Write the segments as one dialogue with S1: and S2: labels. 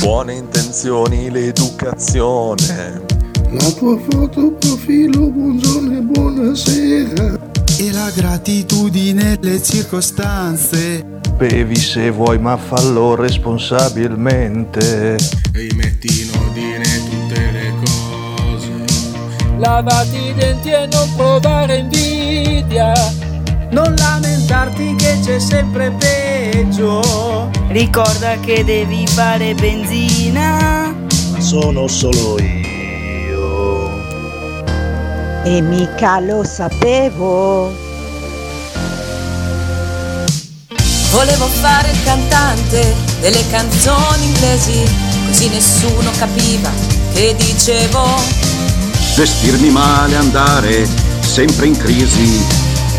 S1: Buone intenzioni, l'educazione.
S2: La tua foto profilo, buongiorno e buonasera.
S3: E la gratitudine, le circostanze.
S4: Bevi se vuoi, ma fallo responsabilmente.
S5: Rimetti in ordine tutte le cose.
S6: Lavati i denti e non provare invidia.
S7: Non lamentarti che c'è sempre peggio.
S8: Ricorda che devi fare benzina.
S9: Ma sono solo io.
S10: E mica lo sapevo.
S11: Volevo fare il cantante delle canzoni inglesi, così nessuno capiva che dicevo.
S12: Vestirmi male, andare sempre in crisi,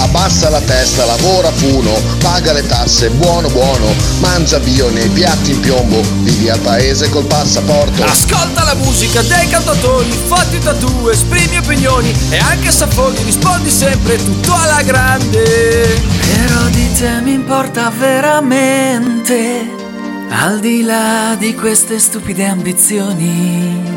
S13: Abbassa la testa, lavora funo, paga le tasse, buono buono, mangia bio nei piatti in piombo, vivi al paese col passaporto.
S4: Ah.
S11: Ascolta la musica dei cantatori, fatti da due, esprimi opinioni e anche se affoghi rispondi sempre tutto alla grande.
S14: Però di te mi importa veramente, al di là di queste stupide ambizioni.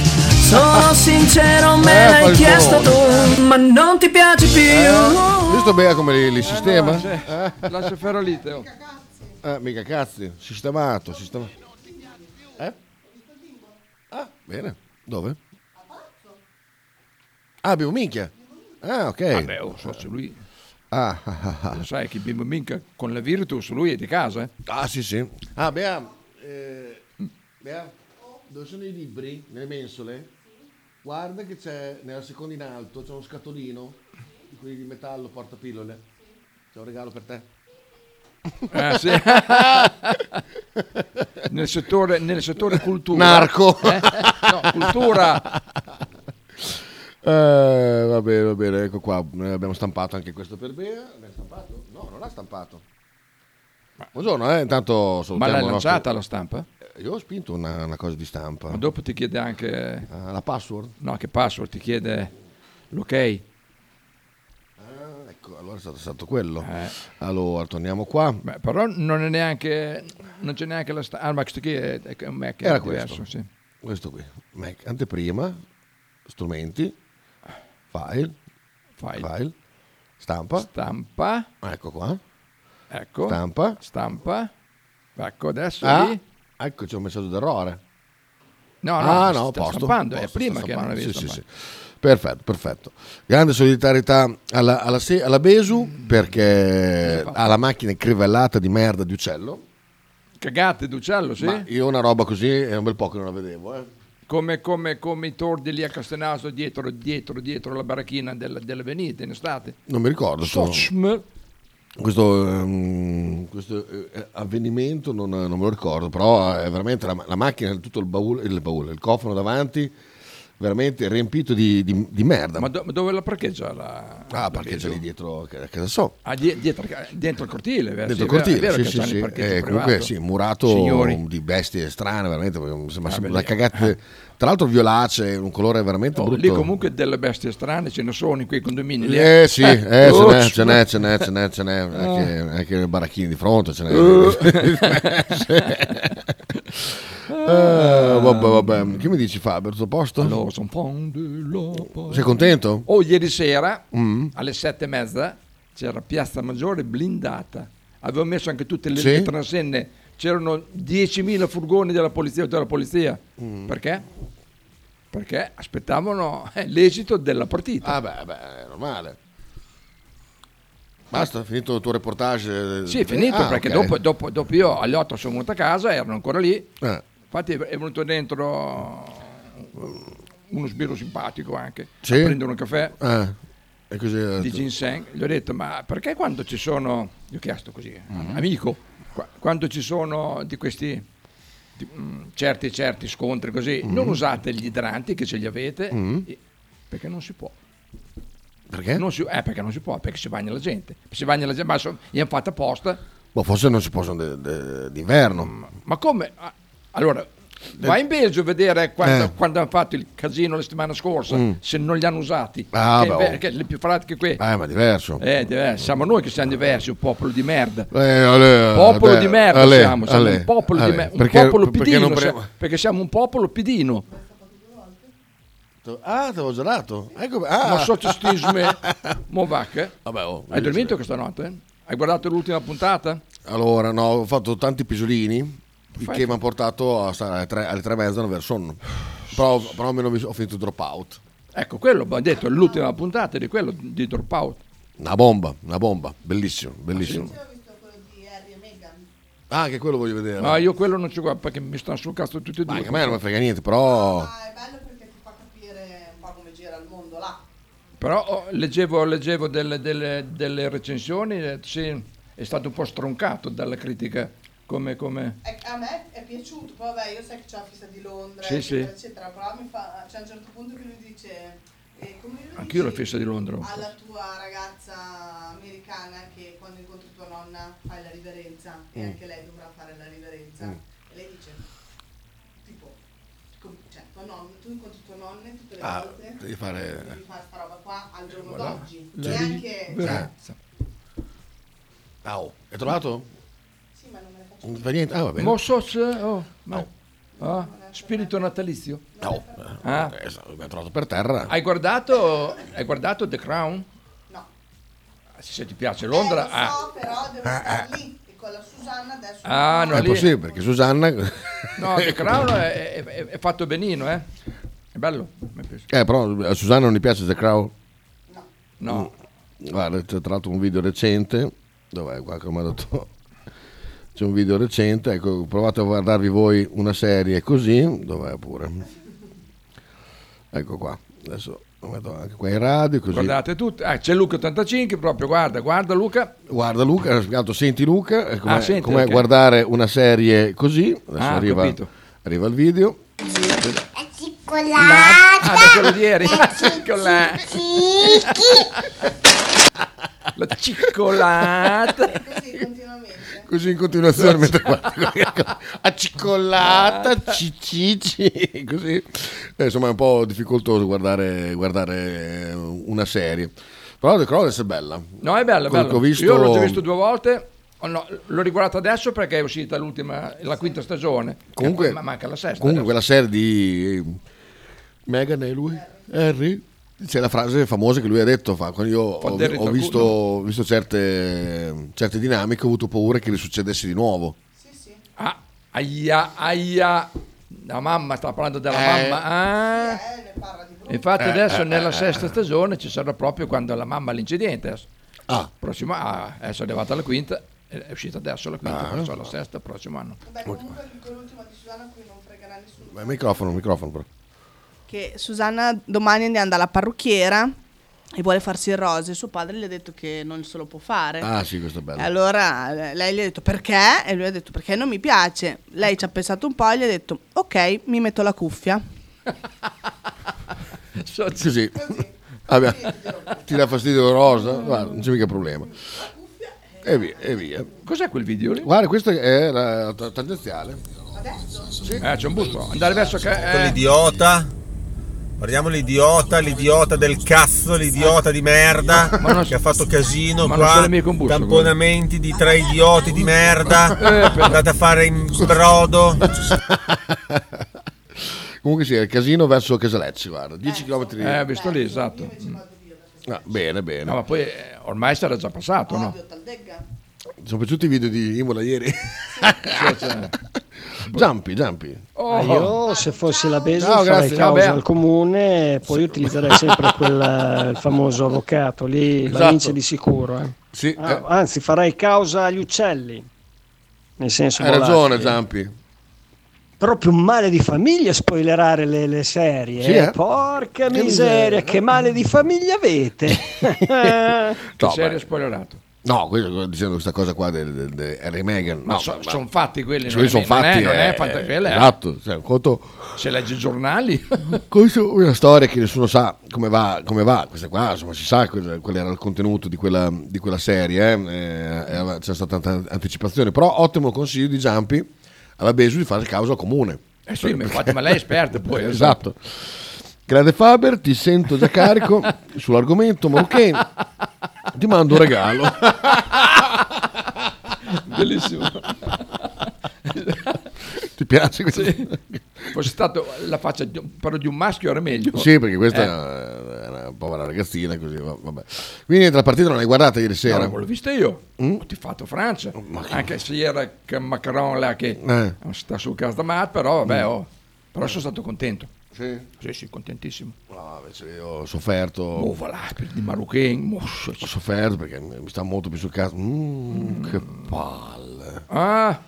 S2: Sono sincero, me eh, l'hai chiesto tu, ma non ti piace più.
S15: oh.
S2: Eh,
S16: visto Bea come li, li sistema? Eh,
S15: no, eh. Lascia ferrolite. Oh.
S16: Eh, mica cazzi, sistemato, sistemato. Eh? Ah, bene. Dove? Ah, Bimbo Minchia. Ah, ok.
S15: Vabbè, ah, oh, so se lui...
S16: Ah, ah, ah,
S15: Lo sai che Bimbo Minchia con la Virtus lui è di casa, eh?
S16: Ah, sì, sì. Ah, Bea... Eh, Bea, dove sono i libri? Nelle mensole? Guarda che c'è nella seconda in alto c'è uno scatolino di quelli di metallo porta pillole. C'è un regalo per te.
S15: Ah, sì. nel, settore, nel, settore, cultura.
S16: Eh, Narco.
S15: Eh? No, cultura.
S16: Eh, va bene, va bene, ecco qua. Abbiamo stampato anche questo per Bea. Abbiamo stampato? No, non l'ha stampato. Buongiorno, eh, intanto
S15: Ma l'ha lanciata nostro... la stampa?
S16: Eh, Io ho spinto una, una, cosa di stampa.
S15: Ma dopo ti chiede anche...
S16: Ah, la password?
S15: No, che password, ti chiede l'ok.
S16: Ah, ecco, allora è stato, stato quello. Eh. Allora, torniamo qua.
S15: Beh, però non è neanche... Non c'è neanche la stampa. Ah, ma questo qui è, è un Mac.
S16: Era
S15: è diverso,
S16: questo.
S15: Sì.
S16: Questo qui. Mac, anteprima, strumenti, file,
S15: file,
S16: file stampa.
S15: Stampa.
S16: Ecco qua.
S15: Ecco.
S16: Stampa.
S15: Stampa. Ecco, adesso ah. lì.
S16: Ecco, c'è un messaggio d'errore.
S15: No, no, ah, no, sta posto, stampando, posto, è prima che non avevi
S16: sì, sì, sì. Perfetto, perfetto. Grande solidarietà alla, alla, alla Besu
S15: Mm,
S16: perché ha la macchina crivellata di merda di uccello.
S15: Cagate d'uccello, sì. Ma
S16: io una roba così è un bel po' che non la vedevo, eh.
S15: come, come, come i tordi lì a Castenaso dietro, dietro, dietro la baracchina della, della Venite in estate.
S16: Non mi ricordo. sono-
S15: Socm.
S16: Questo, ehm, questo, eh, avvenimento non, non me lo ricordo, però è veramente la, la macchina, tutto il baule, il baule, il cofano davanti, veramente riempito di, di- di merda.
S15: Ma, do- ma dove la parcheggia? La...
S16: Ah, parcheggia lì dietro, che che ne so.
S15: Ah, die- dietro, dentro il cortile, vero?
S16: Dentro il
S15: Sì, è vero-
S16: cortile,
S15: è vero
S16: sì,
S15: che
S16: sì,
S15: c'hanno
S16: sì.
S15: il parcheggio
S16: Eh,
S15: privato.
S16: comunque sì, murato
S15: Signori,
S16: di bestie strane, veramente, mi sembra
S15: Ah,
S16: sempre
S15: beh,
S16: una
S15: lì-
S16: cagata, tra l'altro violacee, un colore veramente
S15: oh,
S16: brutto.
S15: lì comunque delle bestie strane ce ne sono in quei condomini. lì,
S16: Eh sì, eh, ce
S15: oh,
S16: n'è, ce n'è, ce n'è, ce n'è, ce n'è, eh, anche,
S15: Eh.
S16: anche nei baracchini di fronte ce n'è. Eh, vabbè, vabbè, che mi dici Fabio, tutto a posto? Sei contento?
S15: Oh, ieri sera
S16: Mm.
S15: alle sette e mezza c'era Piazza Maggiore blindata. Avevo messo anche tutte le,
S16: Sì.
S15: le transenne. C'erano 10.000 furgoni della polizia o della polizia.
S16: Mm.
S15: Perché? Perché aspettavano eh, l'esito della partita.
S16: Ah beh, beh, è normale. Basta, finito il tuo reportage?
S15: Sì, è finito
S16: Ah,
S15: perché
S16: ok.
S15: dopo, dopo- dopo io alle 8 sono venuto a casa, erano ancora lì.
S16: Eh.
S15: Infatti è venuto dentro uh, uno sbirro simpatico anche
S16: Sì?
S15: a prendere un caffè
S16: Eh, certo. e così ho
S15: di
S16: detto.
S15: ginseng. Gli ho detto: Ma perché quando ci sono, gli ho chiesto così, eh,
S16: Mhm.
S15: amico, qua- quando ci sono di questi di- mm, certi, certi scontri così,
S8: Mm.
S15: non
S16: Mhm.
S15: usate gli idranti che ce li avete
S16: Mhm.
S15: e- perché non si può.
S16: Perché?
S15: Non si, eh, perché non si può, perché si bagna la gente. Si bagna la gente, ma sono- gli hanno fatto apposta
S16: Boh, forse non si possono de- de- d'inverno.
S15: Ma come? Ah, Allora, vai in Belgio a vedere quando,
S16: Eh.
S15: quando hanno fatto il casino la settimana scorsa,
S16: Mm.
S15: se non li hanno usati.
S16: Ah,
S15: Che
S16: beh,
S15: inve-
S16: oh.
S15: che le più pratiche qui.
S16: Eh, ma è diverso.
S15: Eh, diverso. siamo noi che siamo diversi, un popolo di merda.
S16: Eh, allora,
S15: popolo
S16: vabbè,
S15: di merda
S16: allora,
S15: siamo, siamo
S16: allora,
S15: un popolo di
S16: allora,
S15: merda, un
S16: perché-
S15: popolo
S16: perché
S15: pidino,
S16: non pre-
S15: sa- perché siamo un popolo pidino.
S16: Ah, ti avevo già dato. Ecco, ah.
S15: Ma sottistisme, mo va che?
S16: Vabbè, oh,
S15: Hai
S16: voglio
S15: dormito questa notte? Hai guardato l'ultima puntata?
S16: Allora, no, ho fatto tanti pisolini il
S15: Fai-
S16: che mi ha portato a stare alle tre, alle tre e mezza non aver sonno. Però, però almeno mi- ho finito il dropout.
S15: Ecco, quello, ho detto, è l'ultima puntata di quello di Dropout.
S16: Una bomba, una bomba, bellissimo, bellissimo. Ah, anche quello voglio vedere.
S15: Ma io quello non ci guardo perché mi stanno sul cazzo tutti e
S16: Ma
S15: due.
S16: anche a me non mi frega niente, però...
S15: Però oh, leggevo, leggevo delle, delle- delle recensioni, eh, sì, è stato un po' stroncato dalla critica. Come, come...
S2: Eh, A me è piaciuto, poi vabbè, io sai che c'è la fissa di Londra,
S15: Sì,
S2: eccetera,
S15: sì.
S2: eccetera, però mi fa, c'è un certo punto che lui dice, eh, come lo
S15: Anch'io la
S2: dici
S15: fissa di Londra.
S2: alla tua ragazza americana che quando incontri tua nonna fai la riverenza e
S15: Mm.
S2: anche lei dovrà fare la riverenza,
S15: Mm.
S2: e lei dice, tipo, com- cioè, tua nonna, tu incontri tua nonna e tutte le
S16: Ah,
S2: volte
S16: devi fare-
S2: devi fare sta roba qua al giorno
S16: Voilà.
S2: d'oggi,
S16: La
S2: e anche...
S16: riverenza.
S15: Cioè,
S16: Ah, oh, Eh. hai trovato?
S2: sì, ma non me la faccio.
S16: Non ti fa niente? Ah, va bene.
S15: Mo sos, oh, ma- ah, spirito natalizio.
S16: No,
S15: Ah.
S16: eh, l'abbiamo trovato per terra.
S15: Hai guardato, hai guardato The Crown? Ah,
S2: No.
S15: Se ti piace Londra,
S2: Eh, lo so,
S15: ah.
S2: però devo
S15: Ah,
S2: stare
S15: ah.
S2: lì e con la Susanna adesso...
S15: Ah, no,
S16: è
S15: lì-
S16: possibile, perché Susanna... eh,
S15: No, The Crown è, è- è- è fatto benino, eh. È bello. mi piace.
S16: Eh, però a Susanna non gli piace The Crow? Mm,
S15: No.
S16: Guarda, c'è tra l'altro un video recente. Dov'è qua che mi ha dato? C'è un video recente, ecco, provate a guardarvi voi una serie così. Dov'è pure? Ecco qua. Adesso lo metto anche qua in radio così.
S15: Guardate tutti. Ah, c'è Luca 85 proprio, guarda, guarda Luca.
S16: Guarda Luca, ha spiegato, senti Luca, è come,
S15: Ah, senti,
S16: come
S15: ok.
S16: guardare una serie così. Adesso
S15: Ah,
S16: arriva,
S15: capito.
S16: arriva il video.
S15: Ah, da quello di
S11: Eh,
S15: ieri.
S16: eh,
S15: Con la- La cicolata.
S16: Così in continuazione mentre guarda accicollata, ciccici, così. Eh, insomma è un po' difficoltoso guardare, guardare eh, una serie. Però The Crown è bella.
S15: No, è bello, è
S16: Quello
S15: bello.
S16: che ho visto-
S15: Io l'ho già visto due volte. Oh, no, l'ho riguardato adesso perché è uscita l'ultima, la quinta stagione. Eh,
S16: Comunque-
S15: ma manca la sesta.
S16: Comunque quella serie di Megan e lui, Harry, c'è la frase famosa che lui ha detto, fa, quando io ho,
S15: Quando eri
S16: ho
S15: qualcuno.
S16: visto, ho visto certe, certe dinamiche, ho avuto paura che risuccedesse di nuovo.
S15: Ah, aia, aia. La mamma sta parlando della
S16: Eh.
S15: mamma. Ah. Infatti
S16: Eh,
S15: adesso
S16: eh,
S15: nella
S16: eh,
S15: sesta
S16: eh.
S15: stagione ci sarà proprio quando la mamma ha l'incidente.
S16: Ah.
S15: Prossima, ah, adesso è arrivata la quinta, è uscita adesso la quinta,
S16: Ah.
S15: perciò la sesta, prossimo anno.
S2: Vabbè, comunque con l'ultima di Susanna qui non fregherà nessuno.
S16: Ma il microfono, il microfono però.
S2: che Susanna domani andando alla parrucchiera e vuole farsi il rose. Suo padre gli ha detto che non se lo può
S15: Eh.
S2: fare.
S16: Ah, sì, questo è bello.
S2: E allora eh, lei gli ha detto perché? E lui ha detto perché non mi piace. Lei ci ha pensato un po' e gli ha detto ok, mi metto la cuffia.
S16: Così. Vabbè, ti dà fastidio rosa? Guarda, non c'è mica problema. E via, e via.
S15: Cos'è quel video lì?
S16: Guarda, questa è eh, la, la ta- tangenziale.
S15: Eh, c'è un buco. Andare verso ca- eh.
S17: l'idiota. Guardiamo l'idiota, l'idiota del cazzo, l'idiota di merda che ha fatto casino
S15: ma non
S17: qua.
S15: sono mica un busto,
S17: tamponamenti di tre idioti di
S15: Eh,
S17: merda. Andate a fare in brodo.
S16: Comunque sì, è il casino verso Casalecci, guarda, 10 km.
S15: Eh, ho visto lì, esatto.
S16: Ah, bene, bene.
S15: No, ma poi eh, ormai sarà già passato, no?
S16: Mi sono piaciuti i video di Imola ieri. Giampi, Giampi.
S18: Ah, Io se fossi la Besa
S16: Ciao,
S18: farei
S16: grazie.
S18: causa
S16: Vabbè.
S18: al comune e poi utilizzerei sempre quel eh, il famoso avvocato lì, la
S16: Esatto.
S18: vince di sicuro. eh.
S16: Sì,
S18: Ah, Anzi farei causa agli uccelli, nel senso...
S16: Hai
S18: volati.
S16: ragione, Giampi.
S18: Proprio un male di famiglia spoilerare le, le serie.
S16: Sì,
S18: eh.
S16: eh.
S18: Porca
S16: Che
S18: miseria,
S16: miseria.
S18: che male di famiglia avete.
S15: Che
S16: No,
S15: serio
S16: beh.
S15: spoilerato.
S16: No, quello- dicendo questa cosa qua del, del- del Harry Meghan.
S15: Ma
S16: no,
S15: so-
S16: ma-
S15: son fatti quelli,
S16: Sì,
S15: non è-
S16: son
S15: non è-
S16: fatti,
S15: non
S16: eh,
S15: è fatta quella, eh.
S16: Esatto, cioè, un conto
S15: Se leggi i giornali.
S16: Questa è una storia che nessuno sa come va, come va. questa qua, insomma, si sa quel, qual era il contenuto di quella, di quella serie, eh. Eh, era- c'è stata tanta anticipazione, però ottimo consiglio di Giampi alla Besu di fare causa al comune.
S15: Eh sì, ma infatti, ma lei è esperta poi,
S16: esatto. Grande Faber, ti sento già carico sull'argomento, ma ok, ti mando un regalo. Esatto.
S15: Bellissimo.
S16: Ti piace questo?
S15: Sì. Fosse stato la faccia di un, però di un maschio era meglio.
S16: Sì, perché questa
S15: Eh,
S16: è una povera ragazzina, così, va- vabbè. Quindi la partita non l'hai guardata ieri sera? Mm?
S15: no, l'ho vista io. Ho tifato Francia. Anche se era che Macron là che
S16: Oh, Eh.
S15: non sta sul caso da Mat, però vabbè,
S16: Mm.
S15: oh, però sono stato contento.
S16: Sì.
S15: Sì, sì, contentissimo.
S16: No, invece io ho sofferto.
S15: Oh, voilà, per di Marochin. mo-
S16: Ho sofferto perché mi mi sta molto più sul caso. Mm, Che palle.
S15: Ah.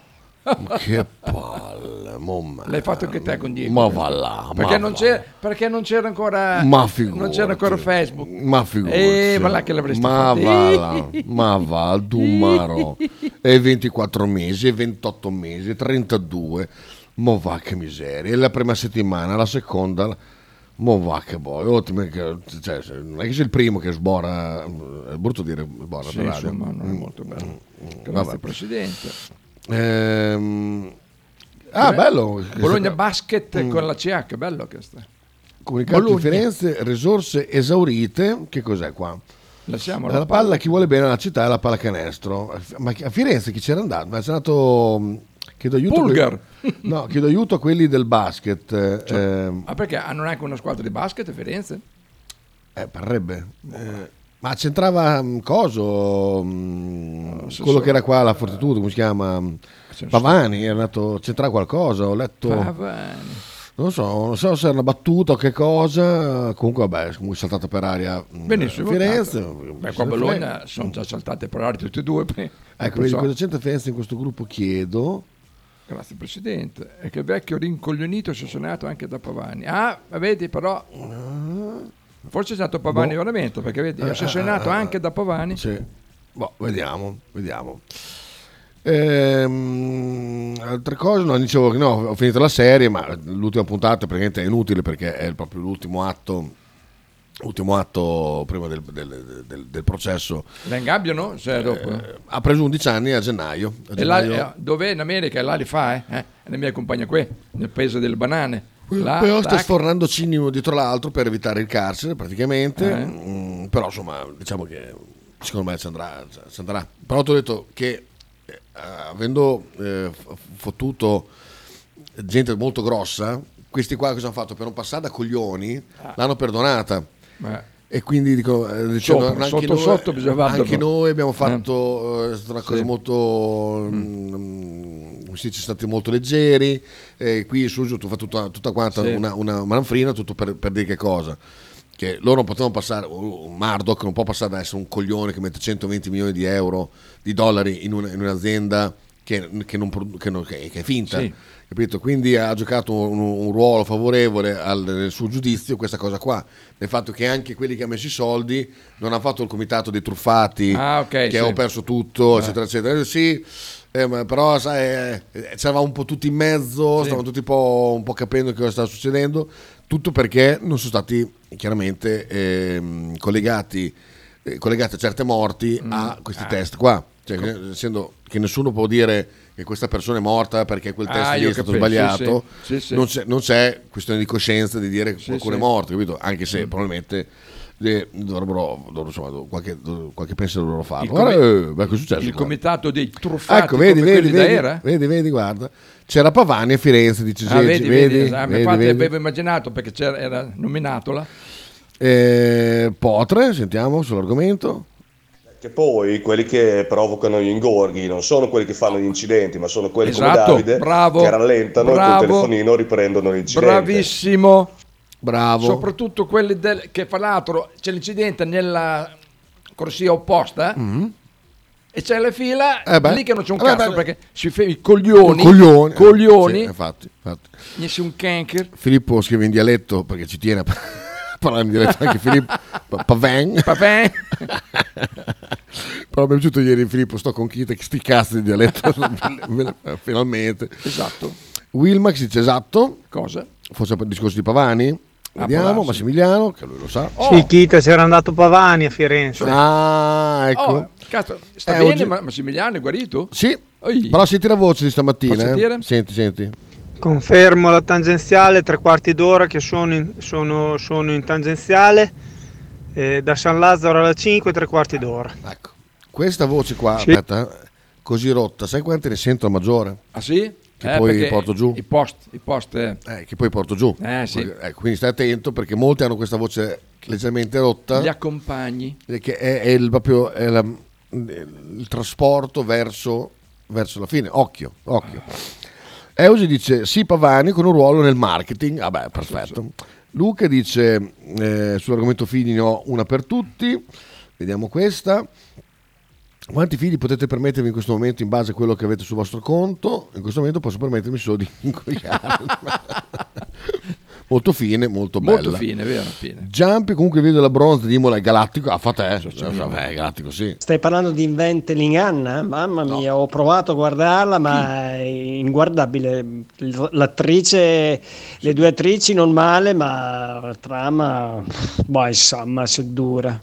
S16: Che palle, mamma.
S15: L'hai fatto anche te con Diego.
S16: Ma va là.
S15: Perché,
S16: ma
S15: non
S16: va.
S15: c'era, perché non c'era ancora
S16: Ma
S15: non
S16: figurati.
S15: c'era ancora Facebook.
S16: Ma figurati.
S15: Eh, ma là che l'avresti
S16: Ma
S15: fatto.
S16: va là. Ma va al Dumaro. E 24 mesi, e 28 mesi, e 32. Mo va che miseria. E la prima settimana, la seconda... la- Mo va che boia. Oh, ti- che- cioè, se- non è che sei il primo che sbora... È brutto dire sbora
S15: Sì,
S16: per radio.
S15: insomma, non è
S16: Mm,
S15: molto bello.
S16: mm, mm,
S15: Grazie,
S16: vabbè.
S15: Presidente.
S16: Ehm, Ah,
S15: Beh,
S16: bello.
S15: Eh, Bologna Basket
S16: Mm.
S15: con la CH, bello questo.
S16: Comunicato
S15: Bologna.
S16: Firenze, risorse esaurite. Che cos'è qua?
S15: Lasciamo
S16: la, palla, chi vuole bene alla città è la pallacanestro. Ma a Firenze chi c'era andato? Ma c'è andato. mh, Chiedo aiuto, a
S15: Pulgar.
S16: que- no, chiedo aiuto a quelli del basket. eh, ehm,
S15: Ah, perché hanno anche una squadra di basket a Firenze?
S16: eh, parrebbe. Eh, ma c'entrava mh, Coso, mh, quello che era qua alla Fortitudo, come si chiama? Mm, Pavani, era andato, c'entrava qualcosa, ho letto...
S15: Pavani.
S16: Non so, non so se era una battuta o che cosa, comunque vabbè, comunque è saltata per aria mh,
S15: Benissimo.
S16: Firenze. eh,
S15: tanto. Beh,
S16: se
S15: qua a
S16: ne frega.
S15: Bologna sono già saltate per aria tutti e due. Ecco,
S16: Ecco, vedi cosa c'entra Firenze in questo gruppo chiedo.
S15: Grazie Presidente. E che vecchio rincoglionito sessionato anche da Pavani. Ah, ma vedi però... Forse è stato Pavani
S16: Boh.
S15: veramente, perché vedi,
S16: Eh,
S15: è sessionato
S16: eh, eh,
S15: anche da Pavani.
S16: Sì. Boh, vediamo, vediamo. Ehm, altre cose, no, dicevo che no, ho finito la serie, ma l'ultima puntata praticamente è inutile perché è proprio l'ultimo atto, ultimo atto prima del, del- del- del processo.
S15: La ingabbiano? Cioè, dopo, eh?
S16: Ha preso 11 anni a gennaio. A
S15: E là,
S16: gennaio-
S15: eh, dove in America, là li fa, eh? eh? È la mia compagna qui, nel paese delle banane. Là,
S16: però sta
S15: tac.
S16: sfornando cinema dietro l'altro per evitare il carcere praticamente
S15: Eh.
S16: Mm, però insomma diciamo che secondo me ci andrà, ci andrà. però ti ho detto che eh, avendo eh, f- fottuto gente molto grossa questi qua cosa hanno fatto per non passare da coglioni
S15: Ah.
S16: l'hanno perdonata
S15: Ma-
S16: e quindi dico, eh, dicevo,
S15: Sopra,
S16: anche,
S15: sotto,
S16: noi,
S15: sotto bisogna
S16: anche
S15: farlo.
S16: noi abbiamo
S15: Eh.
S16: fatto eh, è stata una cosa
S15: Sì.
S16: molto mm, come si dice, stati molto leggeri eh, qui Suso tu fa tutta, tutta quanta
S15: Sì.
S16: una, una manfrina tutto per, per dire che cosa che loro non potevano passare un un Murdoch non può passare da essere un coglione che mette 120 milioni di euro di dollari in, una- in un'azienda che, che non produ- che non- che- che è finta.
S15: Sì.
S16: Capito? Quindi ha giocato un, un ruolo favorevole al, nel suo giudizio questa cosa qua, nel fatto che anche quelli che ha messo i soldi non hanno fatto il comitato dei truffati,
S15: Ah, ok,
S16: che
S15: sì.
S16: ho perso tutto,
S15: Eh.
S16: eccetera, eccetera. Eh, Sì, eh, ma però sai, eh, c'eravamo un po' tutti in mezzo, stavamo tutti un po', un po' capendo che cosa stava succedendo, tutto perché non sono stati chiaramente ehm, collegati, eh, collegate certe morti a questi
S15: Ah.
S16: test qua. Cioè,
S15: Ecco.
S16: che- essendo che nessuno può dire che questa persona è morta perché quel test
S15: Ah,
S16: lì
S15: io
S16: è stato
S15: capisco,
S16: sbagliato,
S15: sì, sì, sì.
S16: Non, c'è, non c'è questione di coscienza di dire che
S15: Sì,
S16: qualcuno
S15: sì.
S16: è morto, capito? Anche
S15: Mm.
S16: se probabilmente eh, dovrebbero, dovrebbero- insomma, dov- qualche, dov- qualche pensiero dovrebbero farlo.
S15: Il
S16: Guarda,
S15: comi-
S16: eh, ma che è successo?
S15: il
S16: qua?
S15: comitato dei truffati
S16: ecco, vedi,
S15: come
S16: vedi,
S15: quelli da
S16: vedi,
S15: Era?
S16: vedi, vedi, guarda. C'era Pavani a Firenze, dice
S15: Ah,
S16: Gigi,
S15: vedi, vedi,
S16: vedi,
S15: ah,
S16: vedi,
S15: infatti
S16: vedi.
S15: avevo immaginato perché c'era, era nominatola.
S16: Eh, Potre, sentiamo sull'argomento.
S13: Che poi quelli che provocano gli ingorghi non sono quelli che fanno gli incidenti, ma sono quelli come
S15: Esatto,
S13: Davide
S15: bravo,
S13: che rallentano e
S15: bravo.
S13: col telefonino riprendono l'incidente.
S15: Bravissimo.
S16: Bravo.
S15: Soprattutto quelli del, che fra l'altro c'è l'incidente nella corsia opposta e c'è la fila
S16: Mm. Eh beh.
S15: lì che non c'è un
S16: Eh beh,
S15: cazzo
S16: beh.
S15: perché si fermi i coglioni.
S16: Coglioni.
S15: coglioni,
S16: Sì, infatti, infatti.
S15: nessun canker.
S16: Filippo scrive in dialetto perché ci tiene a par- a parlare in dialetto anche Filippo Pa- Paven
S15: Paven.
S16: però mi è piaciuto ieri Filippo sto con Kita che sti cazzi di dialetto finalmente
S15: esatto
S16: Wilmax dice esatto
S15: cosa? Ah,
S16: forse per il discorso di Pavani vediamo
S19: darsi.
S16: Massimiliano che lui lo sa
S15: Oh.
S19: Sì, Chita, c'era andato Pavani a Firenze.
S16: ah ecco
S15: Oh, cazzo, sta
S16: Eh,
S15: bene
S16: oggi-
S15: Ma- Massimiliano è guarito?
S16: sì
S15: Oi.
S16: però senti la voce di stamattina
S15: Faccio
S16: eh.
S15: dire?
S16: senti senti
S19: Confermo la tangenziale, tre quarti d'ora che sono in, sono- sono in tangenziale, eh, da San Lazzaro alla 5, tre quarti d'ora.
S16: Ecco. questa voce qua
S19: Sì.
S16: aspetta eh, così rotta sai quante ne sento a maggiore
S15: Ah sì?
S16: Che
S15: Eh,
S16: poi
S15: perché
S16: porto giù.
S15: I post, i post eh.
S16: che poi porto giù.
S15: Eh, sì.
S16: Ecco, quindi stai attento perché molti hanno questa voce leggermente rotta.
S15: Gli accompagni.
S16: Che è, è il, proprio è la- il trasporto verso, verso la fine. Occhio, occhio.
S15: Ah.
S16: Eusi dice sì Pavani con un ruolo nel marketing. Vabbè, perfetto. Luca dice eh, sull'argomento figli ne ho una per tutti. Vediamo questa. Quanti figli potete permettervi in questo momento in base a quello che avete sul vostro conto? In questo momento posso permettermi solo di ingoiarli. molto fine, molto bella.
S15: Molto fine, vero, fine.
S16: Giampi comunque il video della bronze di Imola è galattico. Ah, fa te. Vabbè, galattico, sì.
S18: Stai parlando di Inventeling Anna? Mamma mia, ho provato a guardarla, ma è inguardabile. L'attrice, le due attrici non male, ma la trama, boh, insomma, se dura.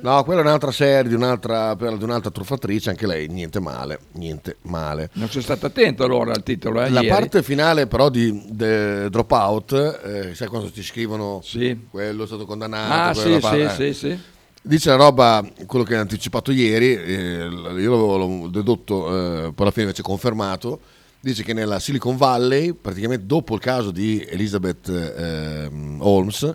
S16: No, quella è un'altra serie di un'altra, per- di un'altra truffatrice, anche lei, niente male, niente male.
S15: Non sono stato attento allora al titolo. Eh,
S16: La
S15: ieri.
S16: parte finale però di The Dropout, eh, sai quando ti scrivono quello è stato condannato,
S15: Ah,
S16: quello
S15: sì,
S16: fa-
S15: sì,
S16: eh.
S15: sì, sì.
S16: Dice la roba, quello che hai anticipato ieri, eh, l- io l'avevo l'avevo dedotto, eh, poi alla fine invece confermato, dice che nella Silicon Valley, praticamente dopo il caso di Elizabeth ehm, Holmes,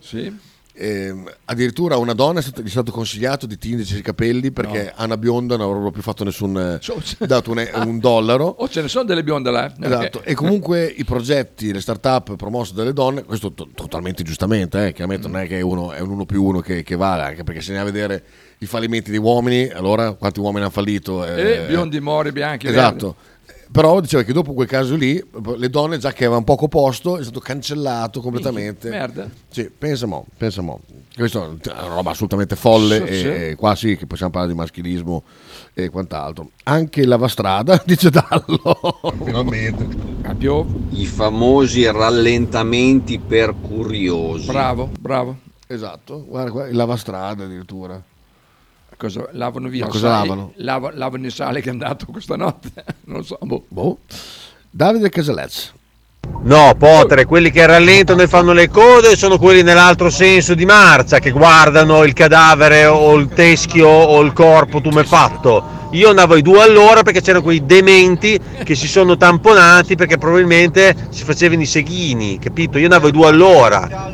S16: ehm, addirittura a una donna è stato- gli è stato consigliato di tingersi i capelli perché
S15: No.
S16: a una bionda non avrebbero più fatto nessun, eh, dato un, un dollaro.
S15: Oh, ce ne sono delle bionde là. eh?
S16: Esatto,
S15: Ok.
S16: e comunque i progetti, le start-up promosse dalle donne, questo to- totalmente giustamente, eh, chiaramente non è che è uno, è un uno più uno che, che vale, anche perché se ne va a vedere i fallimenti dei uomini, allora quanti uomini hanno fallito? eh,
S15: Eh, biondi, mori, bianchi.
S16: Esatto. Però diceva che dopo quel caso lì, le donne già che avevano poco posto, è stato cancellato completamente.
S15: Minchia, merda.
S16: Sì, pensa mo, pensa mo. Questa è una roba assolutamente folle
S15: Sì,
S16: e,
S15: sì.
S16: e qua sì che possiamo parlare di maschilismo e quant'altro. Anche il lavastrada, dice Dallo. Finalmente.
S12: I famosi rallentamenti per curiosi.
S15: Bravo, bravo.
S16: Esatto, guarda qua, il lavastrada addirittura.
S15: Cosa, lavano via
S16: Ma
S15: il
S16: cosa
S15: sale-
S16: lavano?
S15: lava- lavano il sale che è andato questa notte. Non lo so. boh.
S16: Boh. Davide Casalezzi.
S17: No, Potere, quelli che rallentano e fanno le code sono quelli nell'altro senso di marcia, che guardano il cadavere o il teschio o il corpo tumefatto. Io andavo ai due all'ora perché c'erano quei dementi che si sono tamponati perché probabilmente si facevano i seghini, capito? Io andavo ai due all'ora.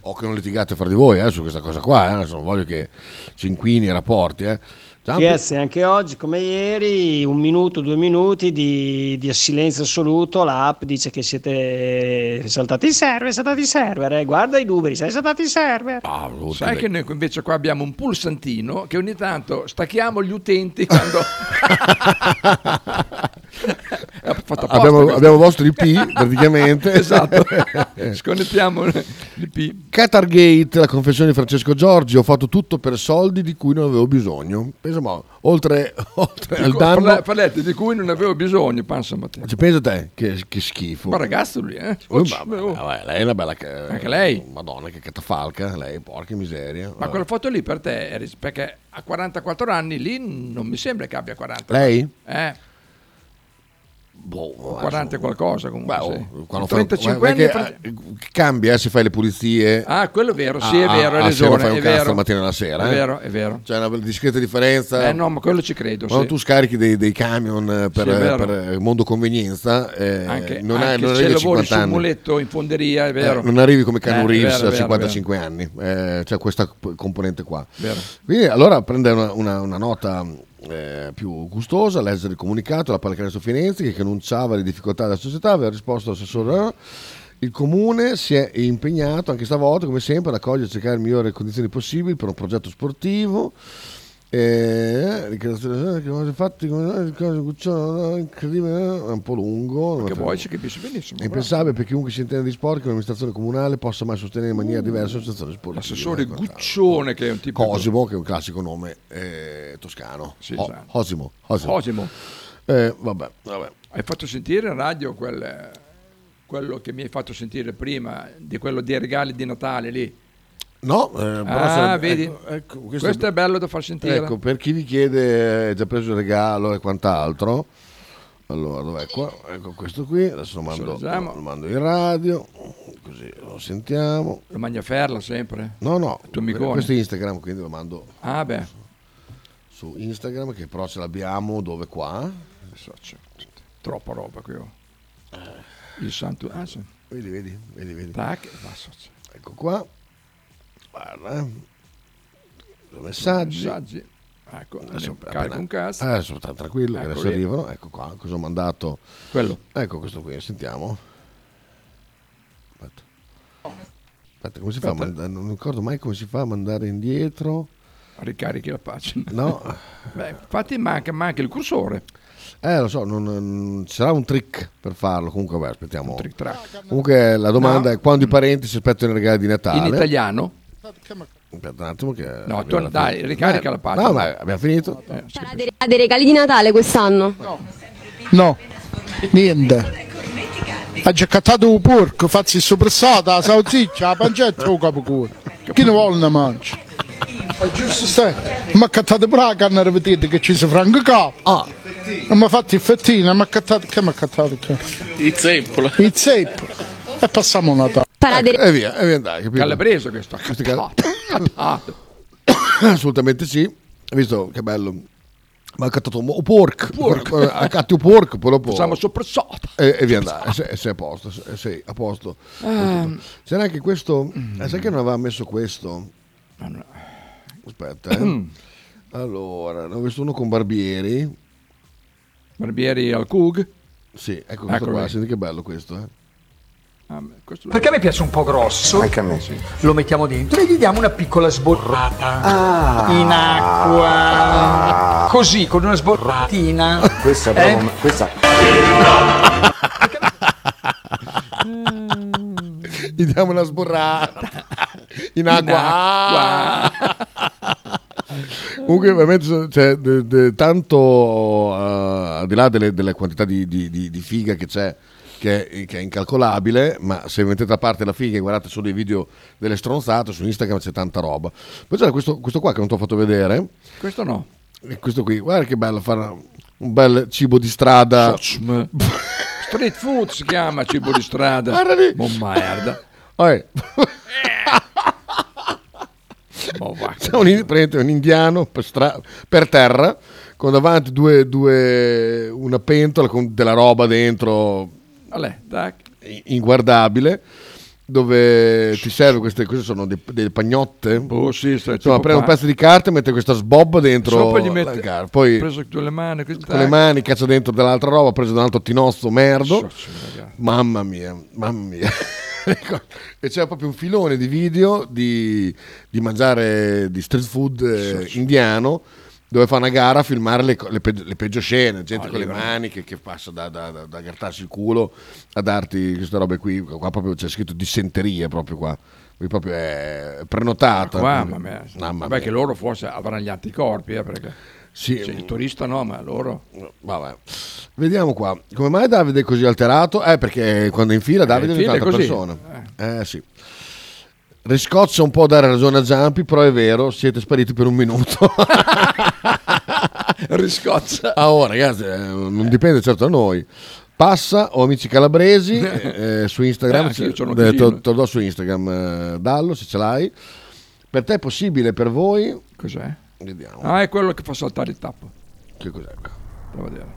S16: o che non litigate fra di voi eh, su questa cosa qua, eh, adesso non voglio che ci inquini i rapporti. Eh. Giampi-
S18: PS anche oggi come ieri un minuto, due minuti di, di silenzio assoluto, l'app dice che siete saltati i server, saltati i server, eh. guarda i numeri, siete saltati i server.
S15: Sai che noi invece qua abbiamo un pulsantino che ogni tanto stacchiamo gli utenti quando... È fatto apposta
S16: abbiamo,
S15: questo.
S16: abbiamo il vostro IP praticamente.
S15: esatto. Sconnettiamo l'IP.
S16: Qatargate, la confessione di Francesco Giorgi, ho fatto tutto per soldi di cui non avevo bisogno. Pensa, ma, oltre, oh, oltre al
S15: Ecco,
S16: danno...
S15: Parletti di cui non avevo bisogno, pensa Matteo.
S16: Cioè, pensa te, che, che schifo.
S15: Ma ragazzo lui, eh?
S16: Oh,
S15: Oggi-
S16: ma- ma- ma- ma- lei è una bella... Anche
S15: lei.
S16: Madonna, che catafalca, lei, porca miseria.
S15: Ma quella foto lì per te, Eris, perché a 44 anni lì non mi sembra che abbia 40.
S16: Lei?
S15: Eh,
S16: Boh,
S15: 40 e qualcosa comunque.
S16: Beh, oh,
S15: sì.
S16: quando fa-
S15: 35
S16: guarda
S15: anni.
S16: che,
S15: e 30
S16: eh, Cambia eh, se fai le pulizie.
S15: Ah, quello è vero, sì, è
S16: Ah,
S15: vero,
S16: ah,
S15: hai
S16: se non
S15: ragione,
S16: fai un
S15: è
S16: cazzo
S15: vero.
S16: la mattina e la sera.
S15: È
S16: eh.
S15: vero, è vero.
S16: C'è una discreta differenza.
S15: Eh no, ma quello ci credo,
S16: Quando
S15: sì.
S16: tu scarichi dei, dei camion eh, per,
S15: Sì, è vero.
S16: per, eh, mondo convenienza, eh,
S15: Anche,
S16: non, hai,
S15: anche
S16: non
S15: se
S16: arrivi a 50
S15: lavori su un
S16: anni.
S15: muletto in fonderia, è vero.
S16: Eh, non arrivi come
S15: Eh,
S16: Canu
S15: è
S16: Reeves
S15: vero, è
S16: a
S15: vero, è
S16: 55 anni, eh, c'è questa p- componente qua.
S15: Vero.
S16: Quindi allora prende una, una- una nota eh, più gustosa, leggere il comunicato, la pallacanestro Firenze che annunciava le difficoltà della società, aveva risposto l'assessore. eh, Il comune si è impegnato anche stavolta, come sempre, ad accogliere e cercare le migliori condizioni possibili per un progetto sportivo. Eh, ricreazione- che cosa fatti come- eh, cosa- Guccione, eh, incredibile, eh, è un po' lungo.
S15: Che
S16: ma-
S15: vuoi, ci capisci benissimo.
S16: è
S15: bravo.
S16: impensabile per chiunque si intende di sport che un'amministrazione comunale possa mai sostenere in maniera diversa un'associazione sportiva.
S15: L'assessore Guccione, che è un tipo...
S16: Cosimo, eh, che è un classico nome eh, toscano.
S15: Sì,
S16: O-
S15: esatto.
S16: Osimo. Osimo.
S15: Osimo.
S16: Eh, vabbè, vabbè.
S15: Hai fatto sentire in radio quel- eh, quello che mi hai fatto sentire prima di quello dei regali di Natale lì.
S16: No, eh, però
S15: ah,
S16: sarebbe-
S15: vedi?
S16: ecco, ecco,
S15: questo, è bello da far sentire.
S16: Ecco, per chi vi chiede, eh, già preso il regalo e quant'altro. Allora, dov'è qua? Ecco questo qui, adesso lo
S15: Adesso
S16: mando,
S15: leggiamo.
S16: lo mando in radio, così lo sentiamo.
S15: Lo Magnaferla sempre.
S16: No, no,
S15: tuo amicone.
S16: questo è Instagram, quindi lo mando
S15: Ah, beh.
S16: su Instagram, che però ce l'abbiamo dove qua.
S15: Troppa roba qui. oh. Il santo... Ah, sì.
S16: Vedi, vedi, vedi, vedi.
S15: Tac, e basta.
S16: Ecco qua. Guarda. Due messaggi.
S15: Messaggi. Ecco,
S16: Adesso
S15: adesso
S16: appena- Ah,
S15: carico un cazzo.
S16: Adesso sta tranquillo, che
S15: Ecco
S16: adesso
S15: lì.
S16: arrivano. Ecco qua, cosa ho mandato.
S15: Quello.
S16: Ecco questo qui, sentiamo. Aspetta. Aspetta, come si fa? a
S15: Aspetta.
S16: manda- non ricordo mai come si fa a mandare indietro.
S15: Ricarichi la pagina.
S16: No.
S15: Beh, infatti manca, manca il cursore.
S16: Eh, lo so, non, non- ci sarà un trick per farlo. Comunque, vabbè, aspettiamo.
S15: track.
S16: Comunque, la domanda
S15: No.
S16: è quando i parenti si aspettano i regali di Natale.
S15: In italiano?
S16: Aspetta un attimo che...
S15: No,
S16: arriva
S15: torna-
S16: la-
S15: dai, ricarica
S16: Eh,
S15: la pagina. Eh,
S16: No, ma abbiamo finito?
S11: Ha dei, ha dei regali di Natale quest'anno?
S3: No, niente. Ha giocato un porco, fazzi il sopressata, la salsiccia, la pancetta o capocuore. Chi ne vuole ne mangia? Ma Giusto stai, mi ha cattato Praga, hanno ripetito che ci si franco capo. Ah. Mi ha fatto il fettino, mi ha cattato, che mi ha cattato? Che?
S20: Il zeppolo.
S3: Il zeppo. E passiamo Natale.
S16: Ecco, e via, e via, dai, capito?
S15: Calabrese questo. Questi
S16: cal- Assolutamente sì. Visto che bello. Ma ha cattato un pork.
S15: Pork.
S16: Eh, Ha cattato un pork, poi dopo...
S15: Facciamo soppressata.
S16: E, e via andare, se, se è a posto, se, se è a posto.
S15: Ehm.
S16: C'era anche questo, eh, sai che non aveva messo questo? Aspetta, eh. allora, ne ho visto uno con Barbieri.
S15: Barbieri al Kug?
S16: Sì, ecco questo
S15: Eccolo
S16: qua,
S15: lì.
S16: senti che bello questo, eh.
S12: Perché a me piace un po' grosso. Anche a me, sì. Lo mettiamo dentro e gli diamo una piccola sborrata. In acqua. Così, con una sborratina. Questa
S13: è
S15: Eh?
S13: proprio-
S12: Questa.
S15: Ah,
S16: Gli diamo una sborrata in acqua. Comunque, veramente, so- cioè, de- de- tanto eh, al di là delle, delle quantità di, di- di- di figa che c'è, che è, che è incalcolabile, ma se mettete da parte la figa e guardate solo i video delle stronzate, su Instagram c'è tanta roba. Poi c'era questo, questo qua che non ti ho fatto vedere.
S15: Questo no.
S16: E questo qui, guarda che bello fare un bel cibo di strada.
S15: Street food si chiama cibo di strada.
S16: Guarda lì.
S15: Mon merda.
S16: Oi.
S15: Boh,
S16: C'è un, in- praticamente un indiano per, stra- per terra con davanti due, due- una pentola con della roba dentro
S15: Allè, tac.
S16: inguardabile dove ti serve queste cose sono dei- delle pagnotte
S15: oh sì
S16: insomma
S15: tipo
S16: prendi un
S15: pa-
S16: pezzo di carta e mette questa sbobba dentro
S15: Sopra gli
S16: la
S15: mette,
S16: carta poi
S15: preso con le mani, così,
S16: con le
S15: tac.
S16: mani caccia dentro dell'altra roba preso da un altro tinozzo merdo mamma mia mamma mia e c'è proprio un filone di video di, di mangiare di street food eh, indiano dove fa una gara a filmare le, co- le pe- le peggio scene, gente con le mani che, che passa da, da, da- da grattarsi il culo a darti queste robe qui, qua proprio c'è scritto dissenteria proprio qua, qui proprio è prenotata.
S15: Qua,
S16: Quindi-
S15: mamma mia.
S16: Mamma
S15: Vabbè,
S16: mia.
S15: che loro forse avranno gli anticorpi, eh, perché
S16: Sì.
S15: cioè, il turista no, ma loro...
S16: Vabbè. Vediamo qua, come mai Davide è così alterato? Eh perché quando è in fila Davide
S15: in fila
S16: è
S15: è
S16: un'altra
S15: così.
S16: persona. Eh sì. Riscozza un po' a dare ragione a Zampi, però è vero, siete spariti per un minuto.
S15: Riscozza.
S16: Ah, oh, ragazzi, eh, non dipende certo da noi. Passa, ho amici calabresi, eh, eh, su
S15: Eh,
S16: Instagram,
S15: anche io sono
S16: eh, te
S15: cugino.
S16: te lo do su Instagram, eh, dallo se ce l'hai. Per te è possibile, per voi...
S15: Cos'è?
S16: Vediamo.
S15: Ah, è quello che fa saltare il tappo.
S16: Che cos'è?
S15: Da vedere.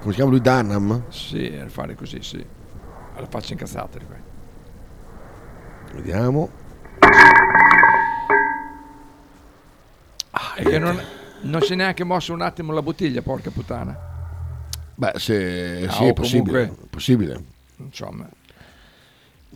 S16: Come si chiama lui? Danham?
S15: Sì, fare così, sì. Alla faccia incazzata di qua.
S16: Vediamo.
S15: E Ah, che non, non si è neanche mosso un attimo la bottiglia, porca puttana.
S16: Beh, se,
S15: Ah,
S16: sì,
S15: o
S16: è possibile.
S15: comunque-
S16: è possibile.
S15: Insomma.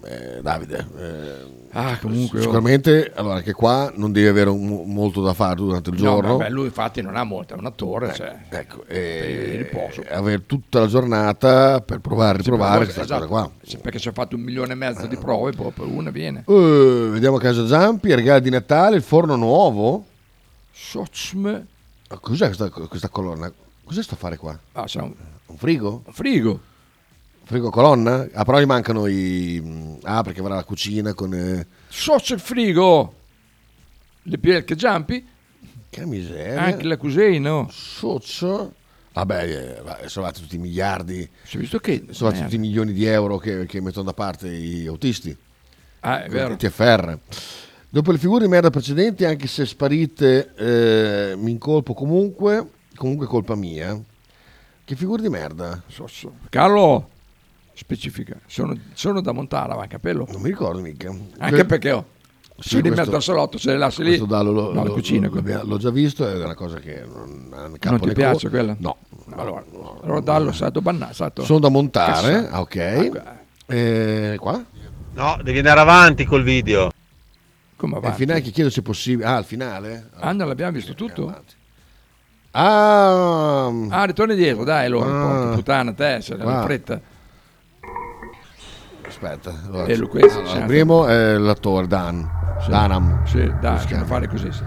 S16: Eh, Davide. eh,
S15: Ah, comunque, oh.
S16: Sicuramente, allora, che qua non devi avere un- molto da fare durante il giorno.
S15: No, vabbè, lui infatti non ha molto, è un attore, cioè.
S16: Ecco,
S15: e... riposo.
S16: avere tutta la giornata per provare a riprovare
S15: Sì,
S16: questa
S15: esatto.
S16: cosa qua.
S15: Sì, perché ci ha fatto un milione e mezzo di prove, poi poi una viene.
S16: Eh, vediamo a casa Zampi, regali di Natale, il forno nuovo.
S15: Socme.
S16: Ma Cos'è questa, questa colonna? Cos'è sto a fare qua?
S15: Ah, c'è un...
S16: Un frigo?
S15: Un frigo.
S16: Frigo colonna? Ah, però gli mancano i... Ah, perché avrà la cucina con... eh,
S15: Socio il frigo. Le bielche giampi.
S16: Che miseria.
S15: Eh, Anche la oh. cusina.
S16: eh, Socio. Vabbè, eh, va- sono fatti tutti i miliardi.
S15: Sì, visto che-
S16: sono fatti
S15: merda.
S16: tutti i milioni di euro che, che mettono da parte gli autisti.
S15: Ah, è vero.
S16: TFR. Dopo le figure di merda precedenti, anche se sparite, eh, mi incolpo comunque. Comunque è colpa mia. Che figure di merda?
S15: Socio. Carlo, specifica. Sono, sono da montare, va, capello.
S16: Non mi ricordo mica. Cioè,
S15: Anche perché oh, se li metto al salotto, se li lasci lì.
S16: Questo dallo, lo-
S15: no, la
S16: lo-
S15: cucina.
S16: lo-
S15: quello.
S16: l'abbiamo- l'ho già visto, è una cosa che non, non
S15: non ti piace quella?
S16: No.
S15: Allora, allora dallo, è stato bannato. è stato-
S16: Sono da montare,
S15: Cazzo.
S16: ah, ok. Eh, qua?
S17: No, devi andare avanti col video.
S15: Come
S16: Al finale che chiedo se è possibile. Ah, al finale?
S15: Anna, l'abbiamo visto tutto?
S16: Ah,
S15: Ah, ritorni dietro, dai, allora,
S16: Ah.
S15: porca puttana, te, se la
S16: Ah.
S15: fretta.
S16: Aspetta.
S15: E lui questo,
S16: Ah, Allora,
S15: sì,
S16: il primo è l'attore Dan. Danam.
S15: certo. Sì,
S16: Come
S15: dai,
S16: si
S15: si
S16: chiama?
S15: fa fare così. sì.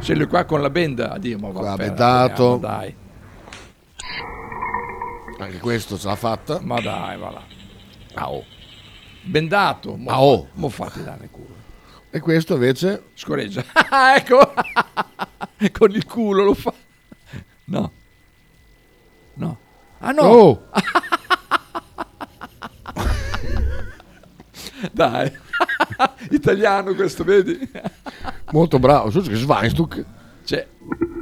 S15: Se lui qua con la benda, addio, ma va
S16: Qua
S15: bene,
S16: bendato.
S15: andiamo, Dai.
S16: Anche questo ce l'ha fatta. Ah, oh.
S15: Ma dai, va là.
S16: Au.
S15: Bendato. Mo,
S16: Au.
S15: mo fatti dare il culo.
S16: Ah, oh. E questo invece.
S15: Scoreggia. Ah, ecco. con il culo lo fa. No. No. Ah no.
S16: Oh!
S15: Dai. Italiano questo, vedi?
S16: Molto bravo. Scusa, che Sveinstuck.
S15: Cioè,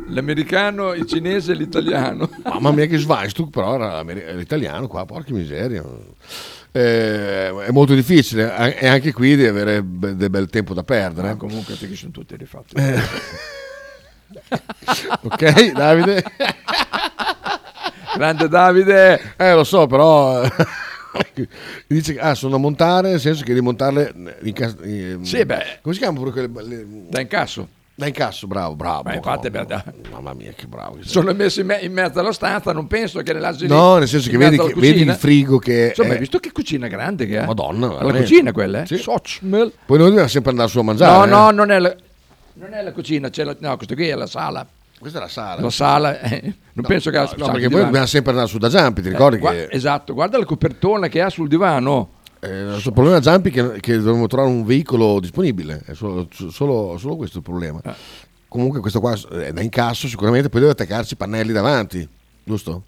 S15: l'americano, il cinese e l'italiano.
S16: Mamma mia, che Sveinstuck, però era amer- l'italiano qua, porca miseria. Eh, è molto difficile, a- e anche qui devi avere be- del bel tempo da perdere.
S15: Ma comunque perché sono tutti rifatti.
S16: Eh. ok, Davide.
S15: Grande Davide.
S16: Eh, lo so, però. Dice che ah, sono a montare, nel senso che devi montarle in cas- in-
S15: Sì, beh.
S16: Come si chiamano pure quelle. le-
S15: Da incasso.
S16: Da incasso, bravo, bravo.
S15: Ma infatti, beh, da-
S16: Mamma mia, che bravo. che sei.
S15: Sono messo in, me- in mezzo alla stanza, non penso che nell'asilo.
S16: No, nel senso che vedi, che- vedi il frigo che.
S15: Insomma,
S16: è-
S15: hai visto che cucina grande che è?
S16: Madonna,
S15: La
S16: veramente.
S15: cucina quella, eh?
S16: Sì.
S15: Sochmel.
S16: Poi noi dobbiamo sempre andare su a
S15: No,
S16: mangiare.
S15: no,
S16: eh.
S15: non è la, non è la cucina, c'è la- no, questa qui è la sala.
S16: Questa è la sala.
S15: La sala, eh, non penso che la
S16: No, perché poi dobbiamo sempre andare su da Zampi, ti
S15: Eh,
S16: ricordi?
S15: gua-
S16: che
S15: Esatto, guarda la copertona che ha sul divano.
S16: eh, il nostro problema a Zampi è che, che dovremmo trovare un veicolo disponibile, è solo, solo- solo questo il problema.
S15: Eh.
S16: Comunque questo qua è da incasso sicuramente, poi deve attaccarci i pannelli davanti, giusto?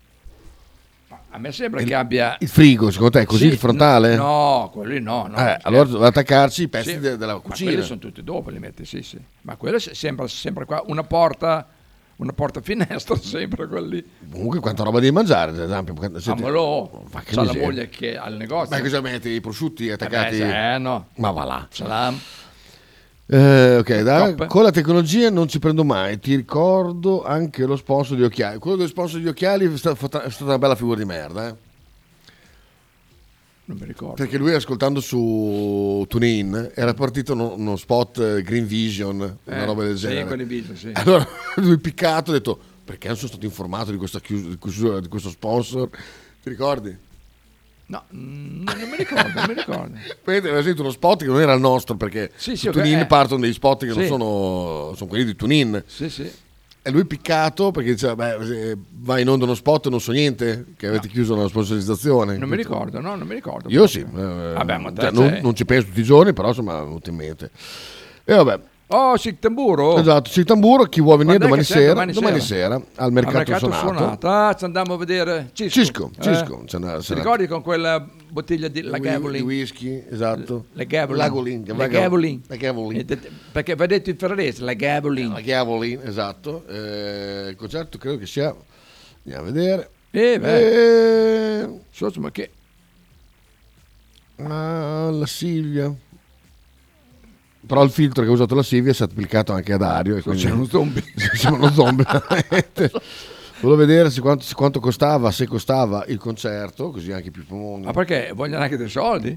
S15: A me sembra che abbia...
S16: Il frigo, secondo te è così
S15: Sì,
S16: il frontale?
S15: No, quelli no. no.
S16: Eh, allora deve attaccarci i pezzi
S15: Sì,
S16: de- della
S15: ma
S16: cucina.
S15: quelli sono tutti dopo, li metti, sì, sì. Ma quello se- sembra sempre qua, una porta, una porta finestra sempre quelli.
S16: Comunque, quanta roba devi mangiare, ad esempio. quanta-
S15: Ah,
S16: senti-
S15: ma lo
S16: Ma che
S15: c'ha la
S16: miseria.
S15: moglie che ha il negozio.
S16: Ma cosa metti? I prosciutti attaccati?
S15: Eh, beh, se- eh, no.
S16: Ma va là.
S15: Ce l'ha.
S16: Eh, ok, da-
S15: Top.
S16: con la tecnologia non ci prendo mai. Ti ricordo anche lo sponsor di occhiali. Quello dello sponsor di occhiali è sta- fa- è stata, una bella figura di merda. eh.
S15: Non mi ricordo.
S16: Perché lui, ascoltando su TuneIn, era partito uno, uno spot eh, Green Vision, una
S15: Eh,
S16: roba del
S15: sì,
S16: genere.
S15: quelli Vision, sì.
S16: Allora lui piccato ha detto: Perché non sono stato informato di questa chius- di chiusura di questo sponsor? Ti ricordi?
S15: No, mm, non mi ricordo, non mi ricordo.
S16: Vedete, aveva sentito uno spot che non era il nostro perché
S15: Sì,
S16: su
S15: sì, ok,
S16: TuneIn
S15: eh.
S16: partono degli spot che non
S15: Sì.
S16: sono, sono quelli di TuneIn.
S15: Sì, sì.
S16: E lui piccato perché diceva, beh, se va in onda uno spot e non so niente, che avete chiuso la sponsorizzazione.
S15: Non mi ricordo, no, non mi ricordo.
S16: Io sì, eh,
S15: Vabbè, ma te
S16: cioè,
S15: sei-
S16: non, non ci penso tutti i giorni, però insomma è venuto in mente. E vabbè.
S15: Oh, Cictamburo!
S16: Esatto, Cictamburo, chi vuole venire domani
S15: Quando è che c'è?
S16: sera,
S15: Domani
S16: domani,
S15: sera?
S16: sera, al mercato, suonato.
S15: Ah, ci andiamo a vedere Cisco.
S16: Cisco,
S15: Eh?
S16: Cisco, c'è una-
S15: Ti
S16: c'è una-
S15: ricordi con quella bottiglia di la
S16: Di-
S15: Gavolin?
S16: di whisky, esatto.
S15: La Gavolin.
S16: La Gavolin,
S15: La
S16: la
S15: Gavolin.
S16: Gavolin. La Gavolin.
S15: Eh, det- Perché va detto in ferrarese, la Gavolin.
S16: La Gavolin, esatto. Eh, il concerto credo che sia... Andiamo a vedere.
S15: Eh, beh.
S16: Eh,
S15: So, insomma, che...
S16: Ah, la Silvia. Però il filtro che ha usato la Silvia è stato applicato anche ad Ario. E quindi...
S15: c'è uno zombie.
S16: Siamo uno zombie, veramente. Volevo vedere se quanto, se quanto costava, se costava il concerto, così anche più Piemonte.
S15: Ma perché? Vogliono anche dei soldi?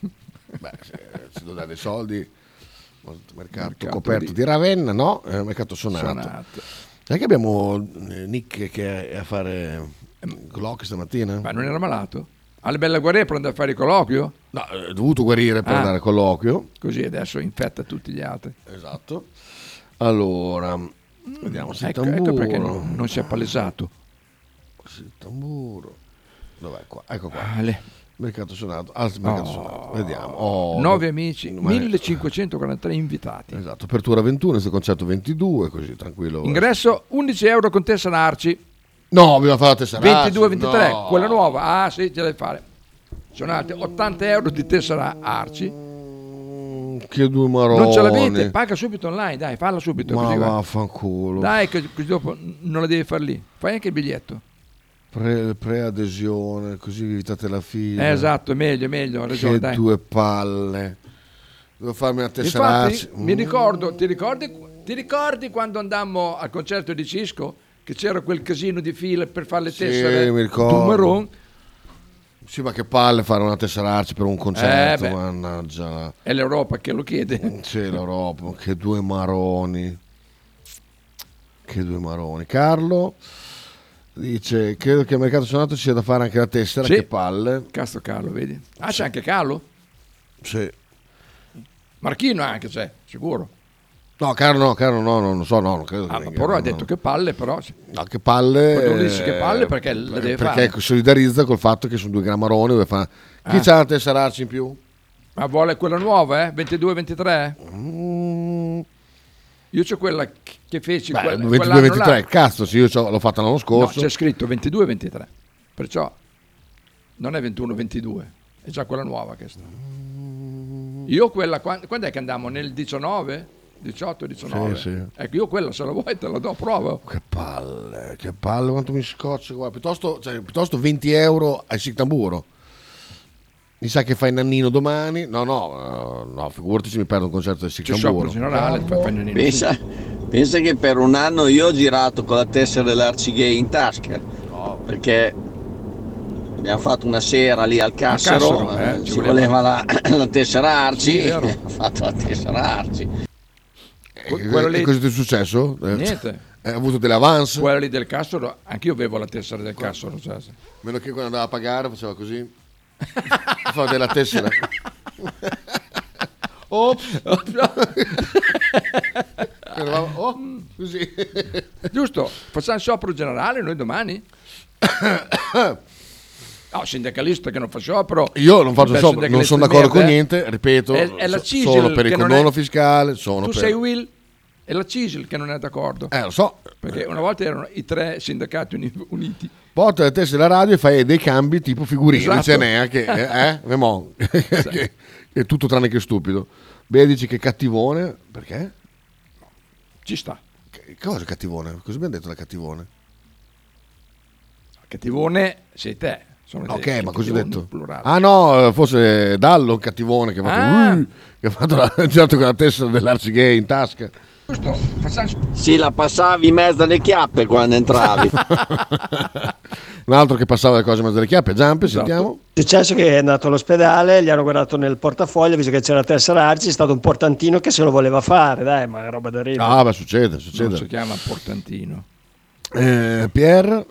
S16: Beh, se, se devo dare dei soldi, mercato,
S15: Mercato
S16: coperto
S15: lì.
S16: di... Ravenna, no, eh, mercato sonato.
S15: Sonato.
S16: Sai che abbiamo eh, Nick che è a fare colloqui stamattina?
S15: Ma non era malato? Alle bella guerriera per andare a fare il colloquio?
S16: No, eh, È dovuto guarire per
S15: Ah.
S16: andare al colloquio.
S15: Così adesso infetta tutti gli altri. Mm,
S16: Esatto. Allora, vediamo se il
S15: ecco, ecco perché
S16: tamburo-
S15: non, non si è palesato.
S16: Il tamburo. Dov'è qua? Ecco qua.
S15: Ale.
S16: Mercato suonato. Ah, sì, mercato
S15: Oh.
S16: suonato. Vediamo. Oh,
S15: 9
S16: no-
S15: amici,
S16: ma-
S15: 1543 invitati.
S16: Esatto, apertura 21, questo concerto 22, così tranquillo.
S15: Ingresso 11 euro con Tessa Narci.
S16: No, abbiamo fatto tessera.
S15: 22-23, quella nuova. Ah sì, ce la devi fare. Sono altri 80 euro di Tessera Arci.
S16: Che due maroni.
S15: Non ce l'avete, paga subito online, dai, falla subito.
S16: Ma
S15: così va.
S16: vaffanculo.
S15: Dai, che- così dopo non la devi fare lì. Fai anche il biglietto.
S16: Pre- preadesione, così vi evitate la fila.
S15: Eh, esatto, è meglio, è meglio, hai ragione,
S16: Che
S15: dai.
S16: due palle. Devo farmi una tessera.
S15: Infatti, mi
S16: mm.
S15: ricordo, ti ricordi, ti ricordi quando andammo al concerto di Cisco? Che c'era quel casino di file per fare le
S16: Sì,
S15: tessere
S16: mi ricordo.
S15: Tu, Maron,
S16: Sì, ma che palle fare una tesserarci per un concerto,
S15: Eh, beh.
S16: mannaggia. la-
S15: È l'Europa che lo chiede.
S16: C'è l'Europa, che due maroni. Che due maroni. Carlo dice, credo che al mercato sonato ci sia da fare anche la tessera,
S15: Sì.
S16: che palle.
S15: Cazzo Carlo, vedi? Ah, c'è anche Carlo?
S16: Sì.
S15: Marchino anche c'è, sicuro.
S16: No, Carlo no, Carlo no, no, non so, no, non credo.
S15: Ah, ma
S16: venga,
S15: Porro ha
S16: no.
S15: detto che palle, però. sì.
S16: No, che palle.
S15: Poi tu dici
S16: eh,
S15: che palle perché la deve
S16: perché
S15: fare.
S16: solidarizza col fatto che sono due gramaroni dove fa... Chi
S15: Ah.
S16: c'ha la tesserarci in più?
S15: Ma vuole quella nuova, eh? 22-23? Io c'ho quella che feci
S16: Mm. Beh,
S15: quella-
S16: 22-23,
S15: quell'anno là.
S16: cazzo, sì, io c'ho- l'ho fatta l'anno
S15: No,
S16: scorso.
S15: c'è scritto 22-23. Perciò non è 21-22, è già quella nuova che sta.
S16: Mm.
S15: Io quella qua- quando è che andiamo? Nel 19? 18, 19.
S16: Sì, sì.
S15: Ecco, io quella se la vuoi te la do, prova.
S16: Che palle, che palle, quanto mi scoccio. Guarda, piuttosto, cioè, piuttosto 20 euro al Sictamburo. Mi sa che fai Nannino domani. No, no, eh, no, figurati se mi perdo un concerto del Sictamburo.
S12: Pensa, pensa che per un anno io ho girato con la tessera dell'Arcigay in tasca. Perché abbiamo fatto una sera lì al Cassero,
S15: Cassero, eh,
S12: eh,
S15: ci
S12: ci
S15: voleva.
S12: voleva la, la tessera Arci,
S15: Sì, è vero.
S12: ho fatto la tessera Arci.
S16: Eh,
S15: quello lì-
S16: che cosa ti è successo? Eh,
S15: Niente.
S16: Hai avuto delle avance?
S15: Quella lì del Cassero, anche io avevo la tessera del Cassero. cioè, sì.
S16: Meno che quando andava a pagare faceva così. Fa della tessera. Ops. Eravamo- oh, così.
S15: Giusto, facciamo sciopero generale noi domani? No, sindacalista che non fa sciopero.
S16: Io non faccio
S15: Beh,
S16: sciopero, non
S15: sindacalista
S16: sono
S15: di
S16: d'accordo con
S15: merda, eh.
S16: niente, ripeto,
S15: È- è la
S16: so-
S15: CISL
S16: sono per il
S15: che non
S16: condono
S15: è-
S16: fiscale, sono
S15: tu
S16: per...
S15: sei Will è la CISL che non è d'accordo.
S16: Eh, lo so.
S15: Perché una volta erano i tre sindacati uni- uniti.
S16: Porta la testa della radio e fai dei cambi tipo figurine,
S15: Esatto.
S16: ce n'è che, eh, eh, Memon, che è tutto tranne che stupido. Beh, dici che cattivone, perché?
S15: Ci sta.
S16: Che- Cosa cattivone? Cosa abbiamo detto la cattivone?
S15: Cattivone sei te. Sono
S16: ok,
S15: te,
S16: ma così ho
S15: cattivone,
S16: detto.
S15: cioè, plurale.
S16: Ah no, eh, forse Dallo il cattivone che ha fatto,
S15: Ah.
S16: "Uh", che ha fatto la, girato con la testa dell'arcigay in tasca.
S15: Giusto, facciamo-
S12: Sì, la passavi in mezzo alle chiappe quando entravi.
S16: Un altro che passava le cose in mezzo alle chiappe, Zampe,
S15: Esatto.
S16: sentiamo.
S18: È successo che è andato all'ospedale, gli hanno guardato nel portafoglio, visto che c'era la tessera Arci, è stato un portantino che se lo voleva fare, dai, ma è roba da ridere.
S16: Ah, ma succede,
S15: Non si
S16: succede.
S15: chiama portantino.
S16: Eh, Pier,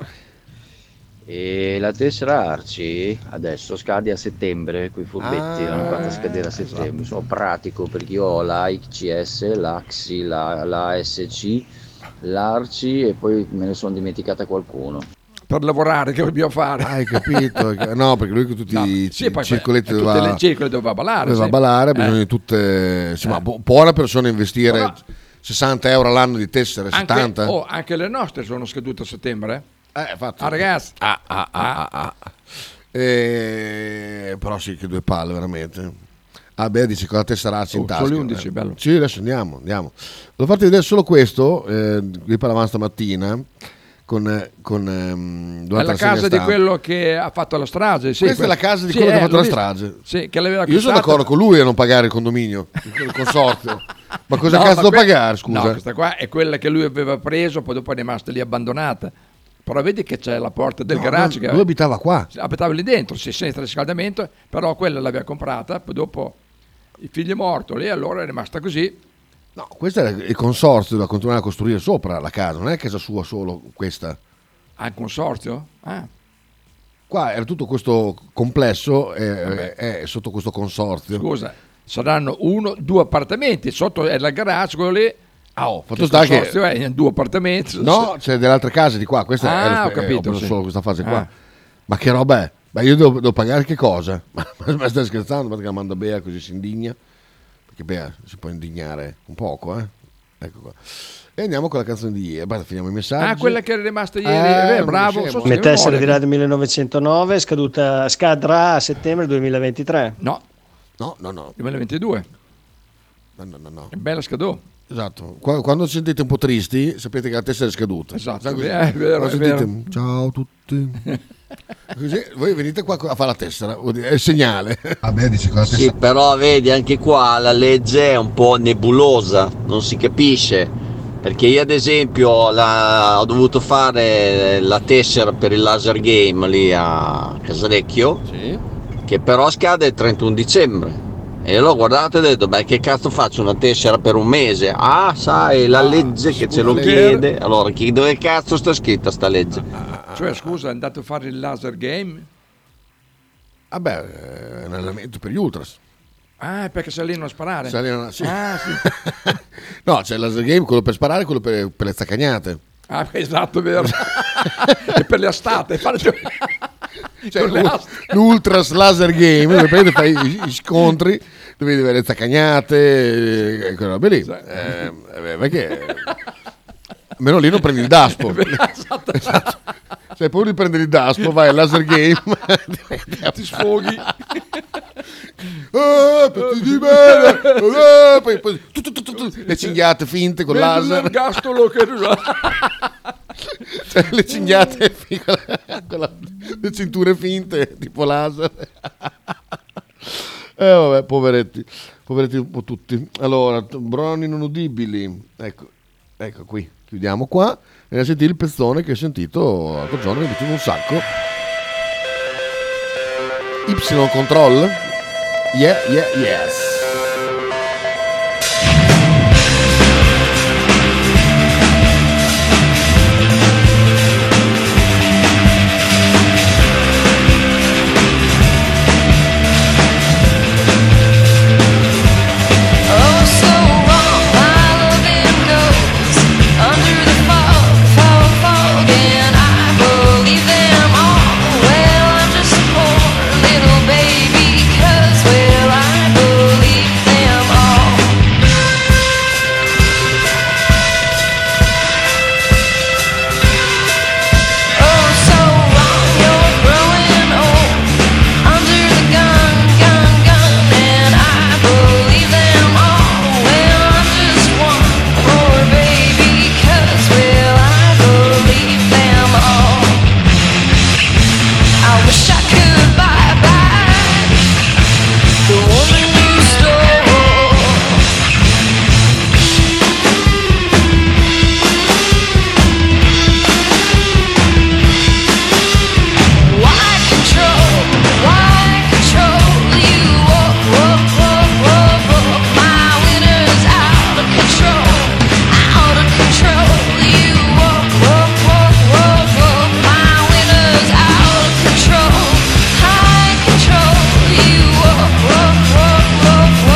S21: E la tessera Arci adesso scade a settembre, quei furbetti
S16: Ah,
S21: l'hanno fatta scadere a settembre. Sono pratico perché io ho la ICS, l'AXI, la, la SC, l'Arci e poi me ne sono dimenticata qualcuno.
S15: Per lavorare, che dobbiamo fare?
S16: hai capito? No, perché lui con tutti i
S15: Sì, poi- eh,
S16: circoletti
S15: tutte
S16: doveva...
S15: le circole doveva ballare.
S16: Doveva
S15: sì.
S16: ballare,
S15: Eh,
S16: bisogna di tutte. Insomma, bu- buona persona investire 60 euro all'anno di tessere,
S15: anche,
S16: 70.
S15: oh, anche le nostre sono scadute a settembre.
S16: Eh, fatto.
S15: Ah, ragazzi.
S16: Ah, ah, ah, ah, ah. Eh, però sì, che due palle, veramente. Ah, beh, dice con la testa razza in
S15: Oh,
S16: tasca.
S15: sono le 11, bello.
S16: Sì, adesso andiamo, andiamo. Volevo farti vedere solo questo, eh, di cui parlavamo stamattina, con... eh, con ehm,
S15: È
S16: durante
S15: la
S16: rassegna
S15: casa di
S16: stampa.
S15: quello che ha fatto la strage. Sì, eh,
S16: Questa è la casa di quello che ha fatto la strage.
S15: Sì, che l'aveva
S16: Io sono
S15: acquistata-
S16: d'accordo con lui a non pagare il condominio, il consorzio. ma cosa
S15: No,
S16: cazzo
S15: ma
S16: devo
S15: que-
S16: pagare, scusa?
S15: No, questa qua è quella che lui aveva preso, poi dopo è rimasta lì abbandonata. Però vedi che c'è la porta del
S16: No,
S15: garage
S16: lui-
S15: che
S16: lui abitava qua.
S15: abitava lì dentro, sì, senza riscaldamento, però quella l'aveva comprata, poi dopo il figlio è morto lì, allora è rimasta così.
S16: No, questo è il consorzio da continuare a costruire sopra la casa, non è casa sua solo questa.
S15: Ah, il consorzio? Ah,
S16: Qua era tutto questo complesso, eh, è sotto questo consorzio.
S15: scusa, saranno uno, due appartamenti, sotto è la garage, quello lì. Ah, oh,
S16: Fatto
S15: che il
S16: sta che-
S15: consorzio è in due appartamenti.
S16: No, c'è delle altre case di qua, questa
S15: Ah,
S16: è lo-
S15: ho capito,
S16: eh, preso
S15: sì.
S16: solo questa fase qua.
S15: Ah.
S16: Ma che roba è? Ma io devo, devo pagare che cosa? Ma, ma stai scherzando? Guarda che la manda Bea così si indigna. Perché Bea si può indignare un poco, eh? Ecco qua. E andiamo con la canzone di ieri. Basta, finiamo i messaggi.
S15: Ah, quella che era rimasta ieri,
S16: Eh,
S15: eh,
S16: non
S15: bravo.
S16: dicevo.
S15: so se
S18: Come
S15: mi
S18: tessera
S15: vuole.
S18: di là del 1909, scaduta, scadrà a settembre 2023.
S15: No.
S16: No, no, no.
S15: 2022.
S16: No, no, no, no.
S15: È bella scadò.
S16: Esatto. Qua- Quando ci sentite un po' tristi, sapete che la testa è scaduta.
S15: Esatto,
S16: Sai così?
S15: è vero, è vero,
S16: Quando
S15: è vero.
S16: sentite, Ciao a tutti. Così, voi venite qua a fare la tessera, vuol dire, è il segnale. Vabbè, dice con la
S12: Sì, però vedi anche qua la legge è un po' nebulosa, non si capisce. Perché io ad esempio la- ho dovuto fare la tessera per il laser game lì a Casalecchio, che però scade il 31 dicembre. E l'ho guardato e ho detto, beh che cazzo faccio una tessera per un mese? Ah, sai, la legge che ce lo
S15: scusa.
S12: chiede. Allora, chi, dove cazzo sta scritta sta legge?
S16: Ah.
S15: Cioè, scusa, è andato a fare il laser game?
S16: Vabbè, è un allenamento per gli ultras.
S15: Ah, è perché salino a sparare.
S16: Salino a- sì.
S15: Ah, sì.
S16: No, c'è il laser game, quello per sparare, quello per, per le zaccagnate.
S15: Ah, esatto, è vero. e per le astate. Fare...
S16: Cioè,
S15: con le
S16: l'u-
S15: aste.
S16: l'ultras laser game, dove praticamente fai i- i, scontri, dove devi avere le zaccagnate, eh, quella roba lì. Eh, eh, perché... Almeno lì non prendi il daspo. Esatto. Se hai paura di prendere il daspo, vai al laser game.
S15: Ti sfoghi.
S16: Eh, pezzi di bene! Eh, poi, poi tu, tu, tu, tu, tu, le cinghiate finte con il
S15: Vedo
S16: laser.
S15: l'ergastolo che
S16: Cioè, le cinghiate fi- con la- con la- le cinture finte tipo laser eh vabbè poveretti poveretti un po' tutti allora t- broni non udibili ecco ecco qui chiudiamo qua e a sentire il pezzone che ho sentito l'altro giorno mi è piaciuto un sacco Y control yeah yeah yes
S13: Oh, Well, I'm just a poor little baby, 'cause, well, I believe Oh,
S11: Oh,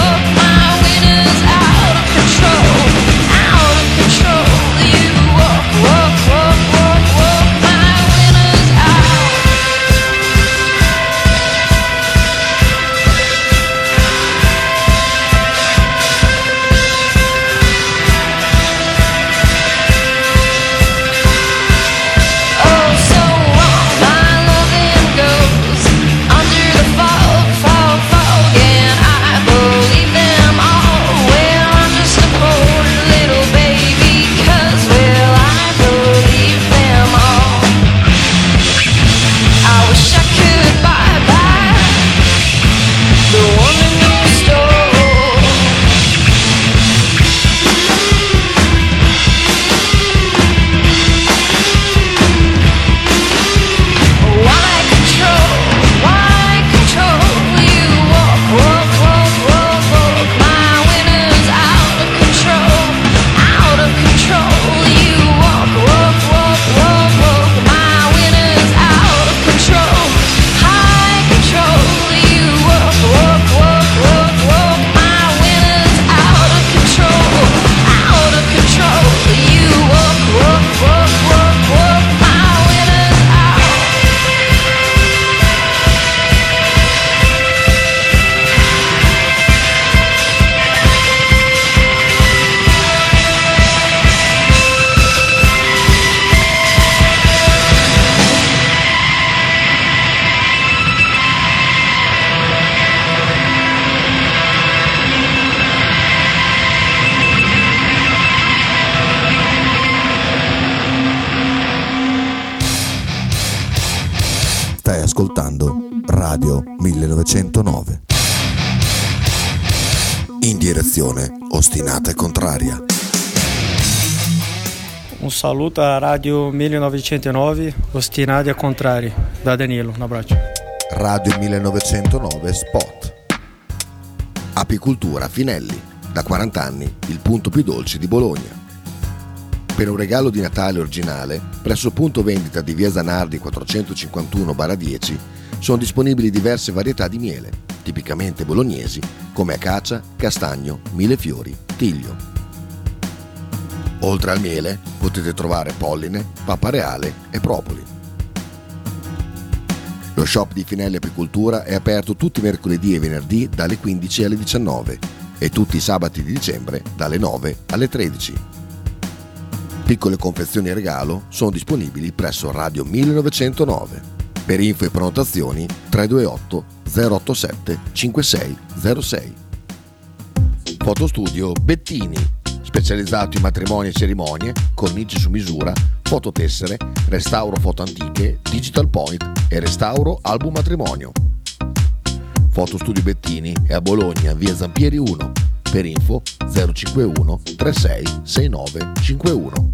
S13: Stai ascoltando Radio 1909. In direzione ostinata e contraria.
S22: Um saluto à Rádio 1909, Ostinada Contrária, da Danilo. Um abraço.
S13: Radio 1909 Spot.
S16: Apicultura Finelli, da 40 anni il punto più dolce di Bologna.
S13: Per un regalo di Natale originale, presso il punto vendita di Via Zanardi 451-10 sono disponibili diverse varietà di miele, tipicamente bolognesi, come acacia, castagno, millefiori, tiglio. Oltre al miele potete trovare polline, pappa reale e propoli. Lo shop di Finelli Apicoltura è aperto tutti i mercoledì e venerdì dalle 15 alle 19 e tutti i sabati di dicembre dalle 9 alle 13. Piccole confezioni e regalo sono disponibili presso Radio 1909. Per info e prenotazioni 328 087 5606.
S16: Fotostudio Bettini, specializzato in matrimoni e cerimonie, cornici su misura, fototessere, restauro foto antiche, digital point e restauro album matrimonio.
S13: Fotostudio Bettini è a Bologna, via Zampieri 1. Per info 051 36 69 51.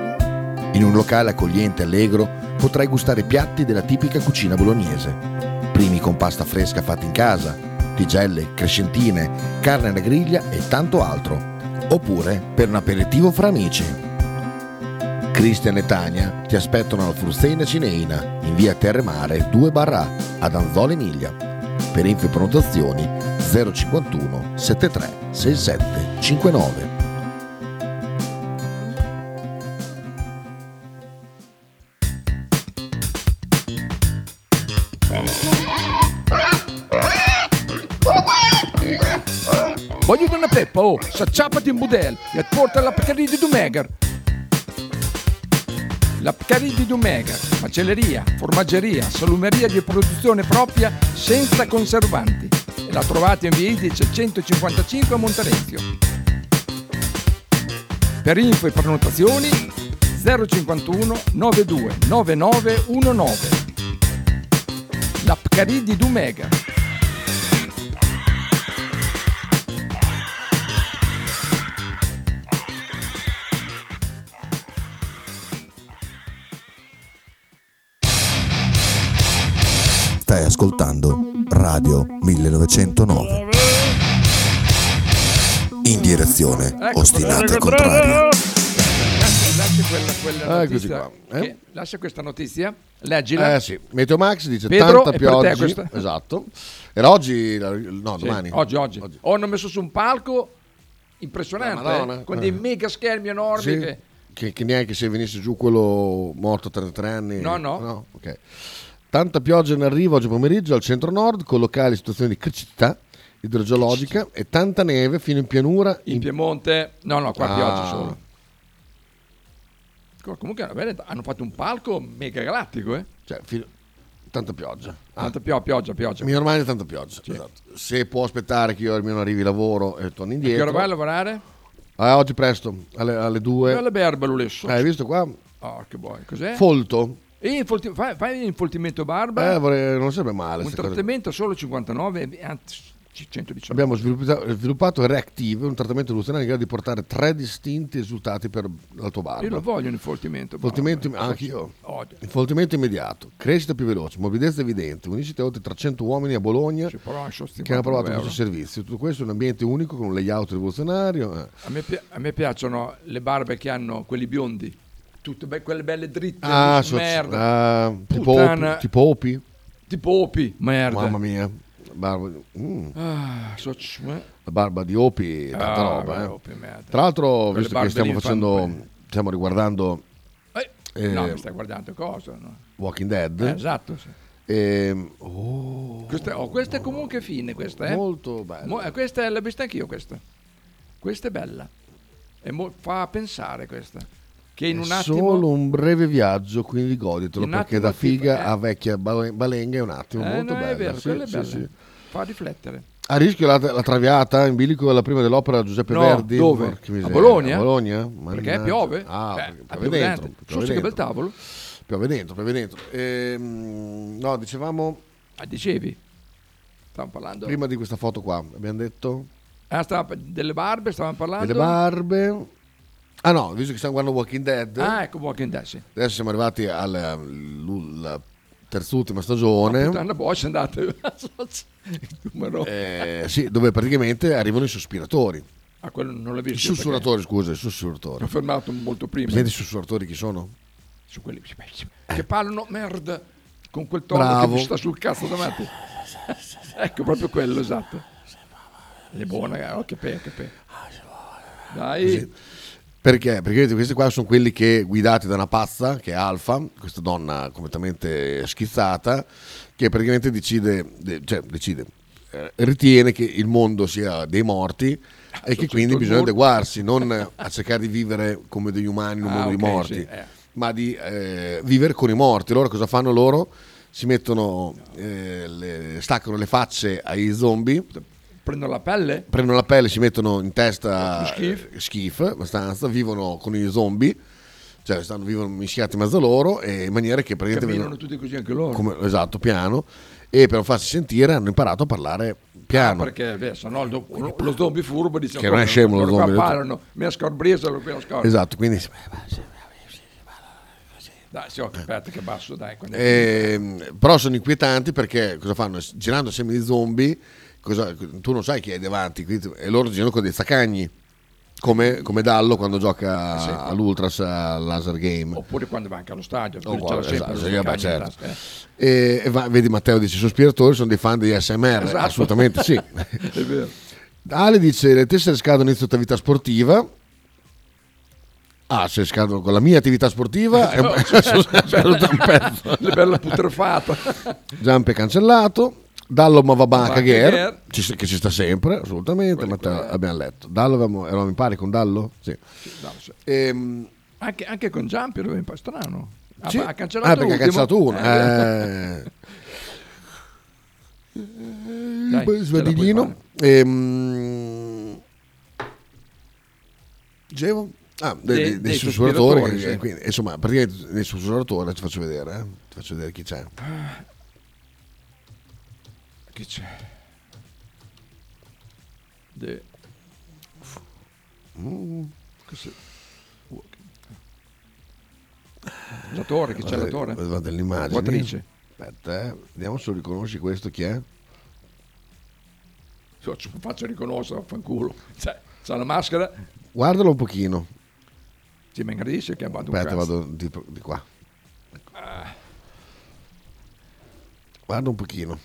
S16: In un locale accogliente e allegro potrai gustare piatti della tipica cucina bolognese. Primi con pasta fresca fatta in casa, tigelle, crescentine, carne alla griglia e tanto altro. Oppure per un aperitivo fra amici. Cristian e Tania ti aspettano alla Frusteina Cineina in via Terremare 2 barra ad Anzola Emilia. Per info e prenotazioni 051 73 67 59.
S15: Voglio una peppa, oh, s'acciappati in budel e porta la Pcaridi di Dumegar. La Pcaridi di Dumegar, macelleria, formaggeria, salumeria di produzione propria senza conservanti. E la trovate in via Idice 155 a Monterezio. Per info e prenotazioni 051 92 9919. La Pcaridi di Dumegar.
S13: Stai ascoltando Radio 1909. In direzione
S15: Ecco,
S13: ostinata e contraria.
S15: Lascia quella, quella
S16: Eccoci
S15: notizia
S16: qua, eh.
S15: che- lascia questa notizia, leggila.
S16: Eh sì, Meteo Max dice
S15: Pedro,
S16: tanta
S15: è per te
S16: pioggia.
S15: questa?
S16: Esatto. Era oggi, la- no,
S15: Sì,
S16: domani.
S15: Oggi, oggi. Oh, hanno messo su un palco impressionante,
S16: La Madonna.
S15: eh, con dei
S16: Eh.
S15: mega schermi enormi.
S16: Sì,
S15: che-
S16: Che, che neanche se venisse giù quello morto a 33 anni.
S15: No, no.
S16: ok. Tanta pioggia in arrivo oggi pomeriggio al centro nord con locali situazioni di criticità idrogeologica e tanta neve fino in pianura.
S15: In Piemonte, no, no, qua
S16: Ah.
S15: pioggia solo. Co- Comunque era bene, hanno fatto un palco mega galattico, eh?
S16: Cioè, tanta pioggia.
S15: Tanta pio- pioggia, pioggia.
S16: Mi ormai è tanta pioggia. esatto. Se può aspettare che io almeno arrivi lavoro e torni
S15: Che
S16: indietro.
S15: ora vai a lavorare?
S16: Eh, oggi presto, alle, alle 2.
S15: Bella berba, Lulesso.
S16: Eh, Hai visto qua?
S15: Oh, che buono, cos'è?
S16: Folto.
S15: E infolti- fai, fai infoltimento
S16: Eh,
S15: barba,
S16: vorrei- non sarebbe male.
S15: un
S16: sta cosa.
S15: trattamento solo 59, e- eh, anzi, 118.
S16: Abbiamo sviluppato, sviluppato Reactive, un trattamento rivoluzionario in grado di portare tre distinti risultati per la tua barba.
S15: Io lo voglio un infoltimento.
S16: Infoltimento,
S15: barba.
S16: anche io.
S15: Odio.
S16: Infoltimento immediato, crescita più veloce, morbidezza evidente. Unisciti a oltre 300 uomini a Bologna
S15: prolascio,
S16: che hanno provato
S15: 59
S16: questo
S15: euro.
S16: servizio. Tutto questo in un ambiente unico con un layout rivoluzionario. eh.
S15: A me, pi- a me piacciono le barbe che hanno quelli biondi, tutte be- quelle belle dritte.
S16: Ah,
S15: dici,
S16: so-
S15: merda.
S16: ah, tipo,
S15: Puttana.
S16: opi, tipo Opi.
S15: Tipo Opi, merda.
S16: Mamma mia. Barba, mm.
S15: Ah, so- eh.
S16: La barba di Opi è tanta
S15: Ah,
S16: roba.
S15: beh,
S16: eh.
S15: Opi, merda.
S16: Tra l'altro,
S15: Quelle
S16: visto
S15: barbe
S16: che stiamo
S15: lì
S16: facendo,
S15: fanno-
S16: stiamo riguardando eh,
S15: No, mi stai guardando cosa? no?
S16: Walking Dead.
S15: Eh, esatto, sì.
S16: Ehm, oh,
S15: Questa, oh, questa è comunque fine, questa eh?
S16: Molto bella.
S15: Mo- eh, questa è- l'ho vista anch'io questa. Questa è bella. E mo- fa pensare questa. Che in
S16: è
S15: un attimo...
S16: solo un breve viaggio, quindi goditelo
S15: In un
S16: perché
S15: attimo
S16: da
S15: ti-
S16: figa
S15: eh.
S16: a vecchia bale- balenga è un attimo
S15: Eh,
S16: molto
S15: no,
S16: bello.
S15: è vero,
S16: sì,
S15: quella è
S16: sì,
S15: bella.
S16: sì.
S15: Fa riflettere.
S16: A rischio la, la traviata in bilico alla prima dell'opera Giuseppe
S15: No,
S16: Verdi.
S15: dove?
S16: Porca
S15: A
S16: miseria.
S15: Bologna?
S16: A Bologna?
S15: Perché
S16: Mannaggia.
S15: piove?
S16: Ah,
S15: Eh,
S16: perché
S15: a
S16: piove
S15: piovere.
S16: dentro.
S15: Su,
S16: Piove
S15: su, che bel
S16: dentro.
S15: tavolo.
S16: Piove dentro, piove dentro. Ehm, no, dicevamo...
S15: Ah, dicevi? Stavamo parlando...
S16: Prima di questa foto qua, abbiamo detto...
S15: Ah, stava- delle barbe stavamo parlando?
S16: Delle barbe. Ah no, visto che stiamo guardando Walking Dead.
S15: Ah, ecco, Walking Dead, sì.
S16: Adesso siamo arrivati alla alla terz'ultima stagione.
S15: Puttana Bosch è andato. Il numero...
S16: Eh, sì, dove praticamente arrivano i sospiratori.
S15: Ah, quello non l'ho visto.
S16: I
S15: perché
S16: sussurratori, scusa, i
S15: L'ho
S16: sussurratori.
S15: fermato molto prima.
S16: Presenti i sussurratori chi sono?
S15: Su quelli che parlano merda con quel tono
S16: Bravo.
S15: che mi sta sul cazzo davanti. ecco, proprio quello, esatto. Le buone, oh, che pe, che pe. Dai,
S16: Perché? Perché vedete, questi qua sono quelli che guidati da una pazza, che è Alfa, questa donna completamente schizzata, che praticamente decide, de- cioè decide, eh, ritiene che il mondo sia dei morti e che quindi
S15: il
S16: bisogna
S15: muro.
S16: adeguarsi, non a cercare di vivere come degli umani in un
S15: Ah,
S16: mondo di
S15: ok,
S16: morti,
S15: sì, eh.
S16: ma di eh, vivere con i morti. Loro cosa fanno loro? Si mettono, eh, le- staccano le facce ai zombie
S15: prendo la pelle.
S16: prendono la pelle, si mettono in testa
S15: Schif.
S16: eh, schif, abbastanza, vivono con i zombie, cioè stanno, vivono mischiati in mezzo a loro, e in maniera che praticamente
S15: Camminano tutti così anche loro.
S16: come- esatto, piano, e per non farsi sentire hanno imparato a parlare piano.
S15: Ah, Perché beh, sennò il do- lo, lo zombie furbo dice
S16: Che non è scemo lo
S15: loro qua
S16: zombie, lo-
S15: parlano, mi ha scorbrisa lo qui la scorda.
S16: esatto, quindi...
S15: Dai, sì, ok, aspetta che basso, dai. quando è
S16: ehm, però sono inquietanti perché cosa fanno? Girando insieme di zombie, cosa- tu non sai chi è davanti, quindi- e loro girano con dei sacagni. Come, come Dallo quando gioca
S15: Sì.
S16: all'Ultras al Laser Game.
S15: Oppure quando va anche allo stadio,
S16: Oh,
S15: quello
S16: guarda,
S15: c'era sempre
S16: esatto,
S15: lo
S16: sì, vabbè,
S15: zaccagno in
S16: certo.
S15: tasca, eh.
S16: E- e va- vedi Matteo dice i sospiratori sono dei fan degli SMR,
S15: Esatto.
S16: assolutamente sì.
S15: È vero.
S16: Ale dice le tessere scadono inizio attività sportiva. Ah, se scadono con la mia attività sportiva è un, sono scaduto un pezzo.
S15: È bella putrefatta.
S16: Zamp è cancellato. Dallo Mavabanca
S15: Mavabanca
S16: Gher,
S15: Gher.
S16: ci sta- che ci sta sempre, assolutamente, Matteo, abbiamo letto. Dallo avevamo- eravamo in pari con Dallo? Sì.
S15: No, sì.
S16: Ehm,
S15: cioè. anche, anche con Giampi era un po' strano. Ha,
S16: Sì.
S15: ha cancellato
S16: Ah, perché ha
S15: l'ultimo.
S16: cancellato uno.
S15: Eh,
S16: eh. eh.
S15: Dai, ce la
S16: Sbadiglino. Ehm... Dicevo? Ah, de- de-
S15: Dei-
S16: dei,
S15: dei
S16: sussurratori.
S15: sussurratori,
S16: che-
S15: sì.
S16: quindi, insomma, praticamente nel sussurratore ti faccio vedere. eh, Ti faccio vedere chi c'è.
S15: Che c'è? De...
S16: Mm.
S15: Cos'è? La torre, che c'è la
S16: Guarda-
S15: torre?
S16: Guardate le immagini.
S15: Quattrice.
S16: Aspetta, eh, vediamo se riconosci questo chi è.
S15: Sì, ci Faccio riconoscere, fanculo. Cioè, c'ha la maschera,
S16: Guardalo un pochino.
S15: ti mi ingradisce che vado un
S16: Aspetta,
S15: cazzo. Ah.
S16: vado di, di qua. Guarda un pochino.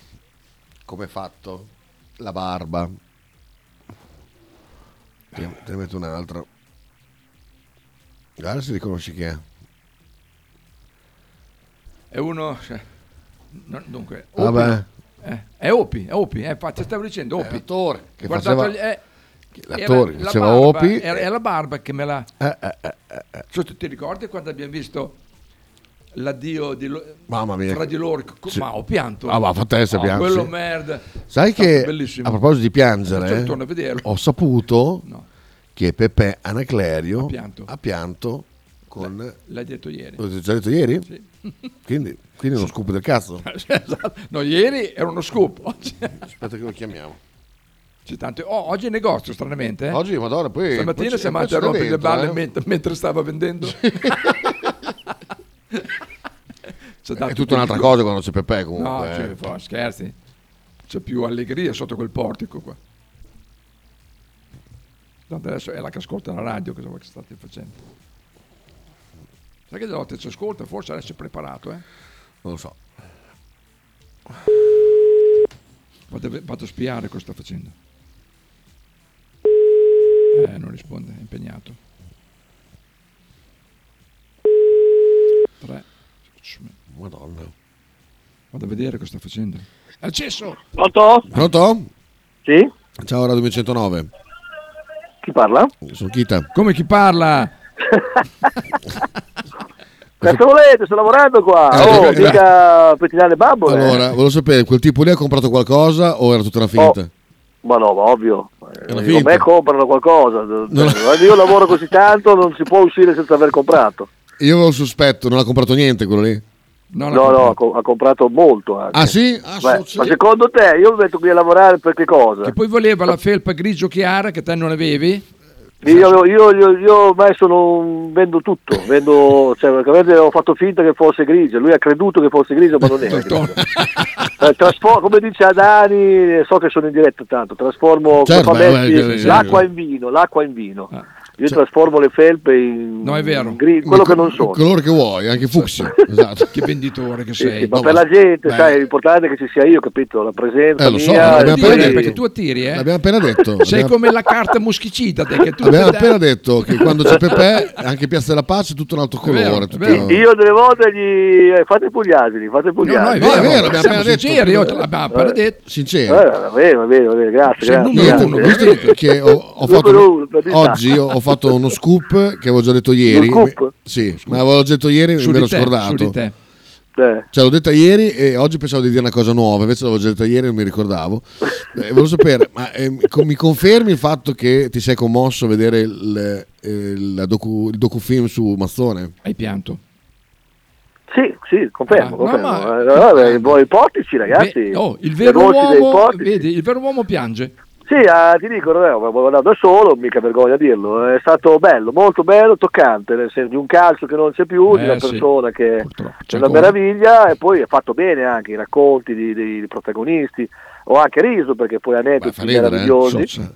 S16: Come è fatto? La barba. Te ne- te ne metto un'altra. Guarda se riconosci chi è.
S15: È uno... cioè, no, dunque...
S16: Vabbè.
S15: Opi. Eh, è Opi, è Opi, eh, infatti stavo dicendo Opi.
S16: l'attore che
S15: Guardato
S16: faceva-
S15: gli- eh,
S16: l'attore
S15: era
S16: che
S15: la
S16: faceva
S15: barba,
S16: Opi.
S15: Era, era la barba che me la...
S16: Eh, eh, eh, eh, eh.
S15: Cioè, tu ti ricordi quando abbiamo visto l'addio di lo-
S16: Mamma mia.
S15: fra di loro? Co-
S16: Sì.
S15: Ma ho pianto.
S16: Ah, ma fa testa,
S15: Oh,
S16: piangi.
S15: Quello merda.
S16: Sai
S15: È stato
S16: che
S15: bellissimo.
S16: a proposito di
S15: Adesso
S16: piangere,
S15: torno a vederlo.
S16: ho saputo che Peppe Anaclerio ha pianto, con...
S15: L'hai detto ieri.
S16: L'ho già detto ieri?
S15: Eh. Sì.
S16: Quindi,
S15: Cioè,
S16: quindi è uno scoop del cazzo.
S15: Esatto. No, ieri era uno scoop. Oggi...
S16: Aspetta che lo chiamiamo.
S15: C'è tanto. oh, oggi è negozio, stranamente. eh.
S16: Oggi, madonna, poi...
S15: Stamattina
S16: poi c'è-
S15: siamo
S16: poi
S15: andati a
S16: c'è
S15: rompere le
S16: dentro,
S15: balle
S16: eh.
S15: ment- mentre stava vendendo. C'è tanto
S16: È tutta un'altra cosa quando c'è Pepe comunque.
S15: No,
S16: eh.
S15: cioè, fa, scherzi. C'è più allegria sotto quel portico qua. Tanto adesso è la che ascolta la radio, cosa vuoi che state facendo? Sai che della volta ci ascolta, forse adesso è preparato, eh?
S16: Non lo so.
S15: Vado, vado a spiare cosa sta facendo. Eh, non risponde, è impegnato. 3.
S16: Madonna.
S15: Vado a vedere cosa sta facendo. Accesso!
S16: Pronto? Pronto?
S4: Sì?
S16: Ciao Radio 209.
S4: Chi parla?
S16: Sono Kita.
S15: Come chi parla?
S4: Cazzo volete? Sto lavorando qua. Oh,
S16: Eh, eh,
S4: mica pettinare le babbole. eh.
S16: Allora, volevo sapere, quel tipo lì ha comprato qualcosa o era tutta
S4: Oh.
S16: una finta?
S4: Ma no, ma ovvio. Eh,
S16: finta.
S4: Come comprano qualcosa. Eh, Io lavoro così tanto, non si può uscire senza aver comprato.
S16: Io avevo il sospetto, non ha comprato niente quello lì.
S15: No,
S4: no, co- ha comprato molto. Anche.
S16: Ah, sì?
S4: Beh, ma secondo te io mi metto qui a lavorare per che cosa?
S15: E poi voleva la felpa grigio chiara che te non avevi?
S4: Io, io, io, io ormai sono, vendo tutto, vendo, cioè, praticamente ho fatto finta che fosse grigia, lui ha creduto che fosse grigia ma non era. grigia. Eh, trasfor- come dice Adani, so che sono in diretta tanto, trasformo
S15: Certo,
S4: come
S15: beh,
S4: Paletti,
S15: beh, beh, sì,
S4: l'acqua
S15: sì.
S4: in vino, l'acqua in vino. Io trasformo le felpe in,
S15: No, è vero.
S4: in gri- quello che non sono.
S16: Il colore che vuoi, anche fucsia. esatto.
S15: Che venditore che
S4: Sì,
S15: sei. boh,
S4: sì, ma per la gente, sai, l'importante è che ci sia io, capito? La presenza
S16: Eh, lo so,
S4: mia,
S16: l'abbiamo
S4: e
S16: appena
S4: poi-
S16: detto,
S15: Perché tu attiri, eh?
S16: L'abbiamo appena detto.
S15: Sei
S16: abbiamo-
S15: come la carta moschicida. te, Che tu
S16: Abbiamo appena detto che quando c'è Pepe, anche Piazza della Pace è tutto un altro colore. tutto-
S4: Io delle volte gli eh, fate i pugliasini, fate i pugliasini.
S16: No, è vero, abbiamo appena detto.
S4: appena
S16: detto. Sincero.
S4: Eh, va bene, va bene, va bene, grazie.
S16: Sei il
S4: grazie,
S16: numero
S4: grazie.
S16: uno, visto che ho, ho fatto
S4: Numero uno, per dire.
S16: oggi ho ho fatto uno scoop che avevo già detto ieri.
S4: Uno scoop?
S16: Sì, ma avevo già detto ieri e
S4: Su
S16: me
S4: di
S16: l'ho
S4: te,
S16: scordato.
S4: su di te. Eh,
S16: Cioè, l'ho detta ieri e oggi pensavo di dire una cosa nuova, invece l'avevo già detta ieri e non mi ricordavo. Eh, volevo sapere, ma ehm, co- mi confermi il fatto che ti sei commosso a vedere il, eh, la docu- il docufilm su Mazzone?
S15: Hai pianto.
S4: Sì, sì, confermo.
S15: Ah, no,
S4: confermo.
S15: ma-
S4: Eh, vabbè, i voi portici, ragazzi.
S15: Beh, oh, il
S4: Le
S15: vero
S4: voci dei
S15: uomo,
S4: portici.
S15: vedi, il vero uomo piange.
S4: Sì, ah, ti dico, non è- ma- ma- ma- da solo, mica vergogna a dirlo. eh. È stato bello, molto bello, toccante, nel senso di un calcio che non c'è più, di
S15: Eh,
S4: una
S15: sì.
S4: persona che è una
S15: ancora.
S4: meraviglia e poi ha fatto bene anche i racconti di- dei, dei protagonisti. Ho anche riso perché poi
S16: Fa
S4: aneddoti
S16: ridere, eh?
S4: meravigliosi.
S15: cioè.
S16: So- so-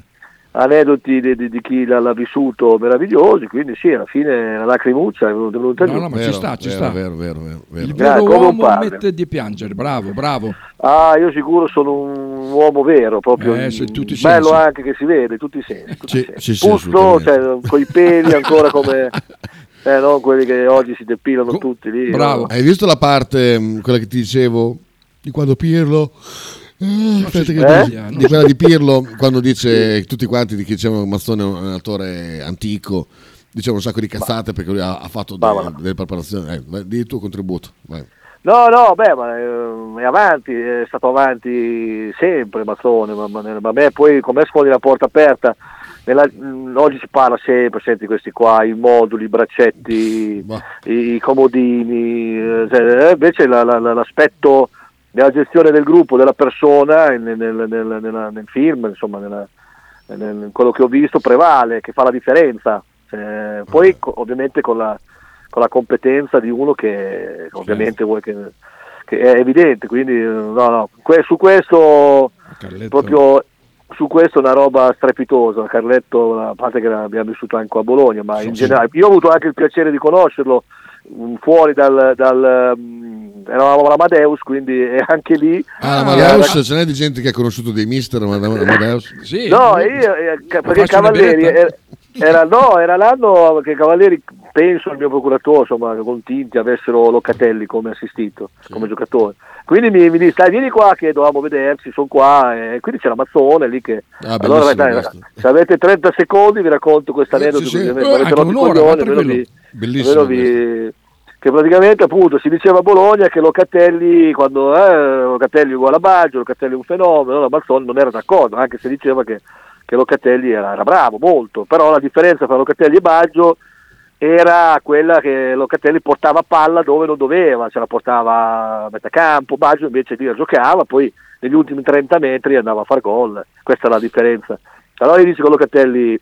S4: aneddoti di, di- di chi l'ha, l'ha vissuto meravigliosi, quindi sì, alla fine la lacrimuccia è venuta, è venuta giù.
S15: No, no, ma ci sta, ci
S16: vero,
S15: sta.
S16: Vero, vero, vero, vero.
S15: Il
S4: Grazie,
S15: vero
S4: come un
S15: uomo
S4: padre.
S15: mette di piangere, bravo, bravo.
S4: Ah, io sicuro sono un uomo vero, proprio
S15: Eh, sì,
S4: mm,
S15: tutti i
S4: bello
S15: sensi.
S4: anche che si vede, in tutti i sensi. tutti i
S15: Sì,
S4: sensi.
S15: sì, sì,
S4: Puzzo, cioè, con i peli ancora come eh, no, quelli che oggi si depilano tutti lì. no?
S16: Hai visto la parte, mh, quella che ti dicevo, di quando Pirlo... eh, aspetta
S4: si
S16: che- ah,
S4: sbaglia,
S16: di-
S4: non
S16: di
S4: si-
S16: quella di Pirlo quando dice tutti quanti di che dicevano che Mazzone è un attore antico diceva un sacco di cazzate perché lui ha, ha fatto de-
S4: Ma-
S16: delle preparazioni eh, vai, di il tuo contributo vai.
S4: No, no, beh, ma ehm, è avanti, è stato avanti sempre Mazzone, ma, ma, ma a me poi come sfondi la porta aperta, nella- mh, oggi si parla sempre, senti questi qua, i moduli, i braccetti, i, i comodini, eh, cioè, eh, invece la- la- la- l'aspetto della gestione del gruppo, della persona eh, nel, nel- nel- nella- nel film, insomma, nella- nel- quello che ho visto prevale, che fa la differenza. Eh, poi co- ovviamente con la con la competenza di uno che ovviamente vuoi che, che è evidente, quindi eh, no, no, que- su questo proprio su questo è una roba strepitosa, Carletto, a parte che l'abbiamo vissuto anche qua a Bologna, ma in
S11: sì.
S4: generale io ho avuto anche il piacere di conoscerlo mm, fuori dal, dal mm, eravamo all'Amadeus, quindi eh, anche lì Eh,
S16: ah, ma Amadeus ce n'è di gente che ha conosciuto dei mister ma Amadeus
S4: no, io, eh, ca- perché
S16: faccio una
S4: Cavalleri
S16: beretta?
S4: era, era- no, era l'anno che Cavalleri, penso il mio procuratore, insomma, con Tinti avessero Locatelli come assistito, come giocatore. Quindi mi, mi disse, dai, vieni qua che dovevamo vederci, sono qua, e quindi c'era Mazzone lì che...
S16: Ah, bellissimo
S4: allora, dai,
S16: questo.
S4: se avete 30 secondi vi racconto questa aneddoto,
S16: sì, sì.
S4: così
S16: Eh,
S4: avete
S16: anche
S4: rotto i
S16: un'ora,
S4: coglioni,
S16: ma
S4: almeno
S16: tranquillo.
S4: vi-
S16: Bellissimo
S4: almeno vi- Che praticamente appunto si diceva a Bologna che Locatelli, quando eh, Locatelli è uguale a Baggio, Locatelli è un fenomeno, allora Mazzone non era d'accordo, anche se diceva che che Locatelli era, era bravo molto, però la differenza tra Locatelli e Baggio era quella che Locatelli portava palla dove non doveva, ce la portava a metà campo, Baggio invece lì la giocava, poi negli ultimi 30 metri andava a far gol, questa è la differenza. Allora io dico a Locatelli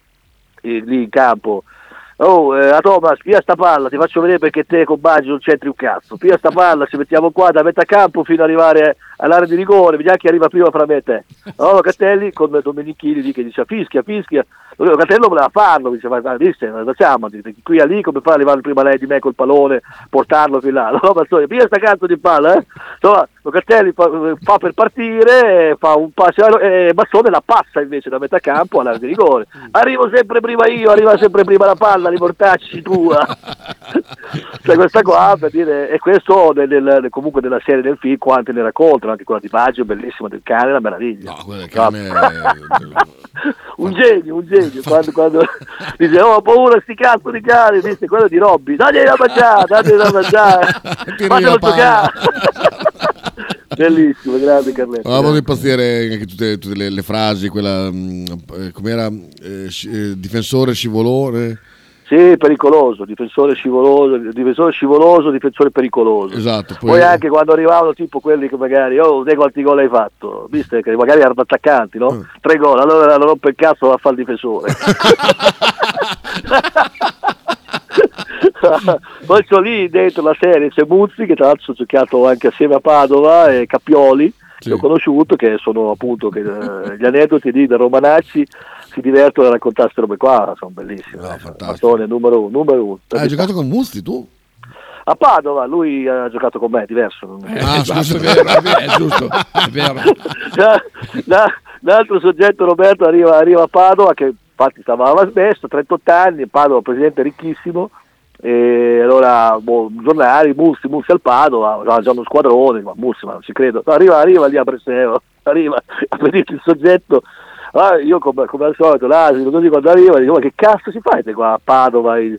S4: eh, lì in campo, oh eh, a Thomas, via sta palla, ti faccio vedere perché te con Baggio non c'entri un cazzo, via sta palla, ci mettiamo qua da metà campo fino ad arrivare all'area di rigore, vediamo chi arriva prima fra me e te. Allora Locatelli con Domenichini lì che dice fischia, fischia, Locatello voleva farlo, diceva, "Ma, viste, facciamo, di- di qui a lì come fa ad arrivare prima lei di me col pallone, portarlo fin là, no, Mazzoni, via sta cazzo di palla, eh? Insomma, Locatelli fa, fa per partire, fa un passo, e Bassone la passa invece da metà campo all'area di rigore. Arrivo sempre prima io, arriva sempre prima la palla, riportacci tua. cioè questa qua per dire, e questo nel- nel- comunque nella serie del film quante ne raccontano, anche quella di Baggio, bellissima del cane, una meraviglia. un genio, un genio, quando, quando dice oh ho paura sti cazzo di cane, viste quello di Robby, dagli da mangiare, dagli da mangiare,
S16: Tiri
S4: fatelo
S16: la palla.
S4: giocare. Bellissimo, grande Carletto.
S16: Avevamo di Ah, impazzire anche tutte, tutte le, le frasi, quella mm, eh, com'era eh, sci- eh, difensore scivolone.
S4: Sì, pericoloso, difensore scivoloso, difensore scivoloso, difensore pericoloso.
S16: Esatto,
S4: Mm. Poi, anche quando arrivavano tipo quelli che magari, oh, te quanti gol hai fatto? Viste che magari erano attaccanti,
S16: Mm.
S4: no? Tre gol, allora la rompe il cazzo la fa il difensore. Poi c'ho lì dentro la serie c'è Muzzi che tra l'altro ho giocato anche assieme a Padova e Cappioli che ho conosciuto che sono appunto che, eh, gli aneddoti lì da Romanacci si divertono a raccontare queste robe qua sono bellissime Bastone numero uno, numero uno.
S16: Ah, hai giocato con Musti tu?
S4: a Padova lui ha giocato con me diverso
S16: Ah, scusa, è vero, è vero, è giusto, è vero.
S4: Da- da- l'altro soggetto Roberto arriva, arriva a Padova che infatti stava smesso 38 anni Padova presidente ricchissimo e allora boh, giornali Mussi, Mussi al Padova no, già uno squadrone ma Mussi ma non ci credo No, arriva, arriva lì a Breseo arriva a vedere il soggetto Allora io come, come al solito l'asino così quando arriva dico ma che cazzo si fate qua a Padova Il-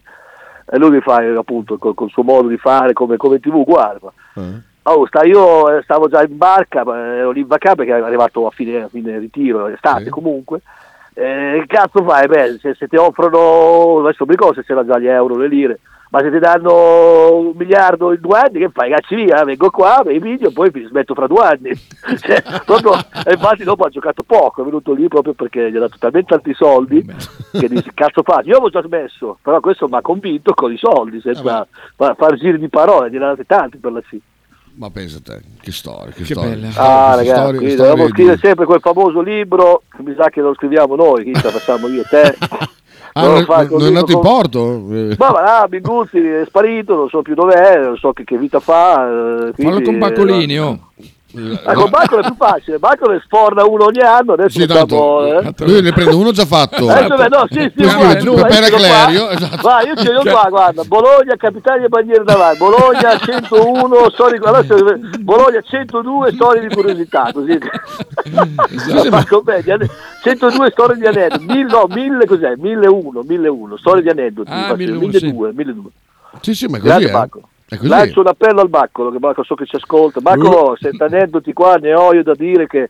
S4: e lui mi fa eh, appunto col, col suo modo di fare come, come in tv uguale fa, Oh, sta- io eh, stavo già in barca, ma eh, ero lì in vacanza perché ero arrivato a fine, a fine ritiro, estate comunque. Eh, che cazzo fai? Beh, se, se ti offrono, adesso non mi ricordo se c'era già gli euro, le lire, ma se ti danno un miliardo in due anni, che fai? Cacci via, vengo qua, mi video e poi mi smetto fra due anni. Cioè, proprio- e infatti dopo ha giocato poco, è venuto lì proprio perché gli ha dato talmente tanti soldi che dici, cazzo fa? Io avevo già smesso, però questo mi ha convinto con i soldi, senza fa- far giri di parole, ne ha date tanti per la C.
S16: Ma pensa te, che storia, che, storia.
S4: Ah,
S16: Storia,
S4: ragazzi,
S16: storia,
S4: quindi
S16: storia
S4: dobbiamo
S16: di-
S4: scrivere sempre quel famoso libro, che mi sa che lo scriviamo noi, chi ce la facciamo io e te.
S16: Ah,
S4: Lo
S16: non,
S4: fa col
S16: non è
S4: libro
S16: nato in
S4: con-
S16: porto? Eh,
S4: Ma va, ah, Binguzzi è sparito, non so più dov'è, non so che, che vita fa. eh,
S15: Fallo
S4: quindi,
S15: con Baccolini,
S4: eh,
S15: oh.
S4: ma con Bacolo è più facile, Bacolo ne sforna uno ogni anno, adesso
S16: Sì, tanto,
S4: facciamo, eh.
S16: lui ne prende uno già fatto. Esatto.
S4: Adesso, beh, no, sì, sì,
S16: Per
S4: guarda,
S16: cui,
S4: tu vai,
S16: Pere
S4: io ce l'ho qua.
S16: Clerio, esatto.
S4: Va, io ce l'ho
S16: Cioè-
S4: qua, guarda, Bologna, capitale e bandiera davanti, Bologna 101, storie, allora, se- Bologna 102, storie di curiosità, così.
S16: Esatto.
S4: Ma com'è? Gli ane- 102 storie di aneddoti, mille, no, 1000 cos'è? 1001, 1001, storie di aneddoti,
S16: Ah,
S4: infatti,
S16: 1001,
S4: 1200, 1200.
S16: Sì, sì, ma è così.
S4: Grande
S16: eh.
S4: Bacco.
S16: È così. Mm.
S4: Lancio un appello al Baccolo, che Baccolo so che ci ascolta. Baccolo, senza aneddoti qua ne ho io da dire che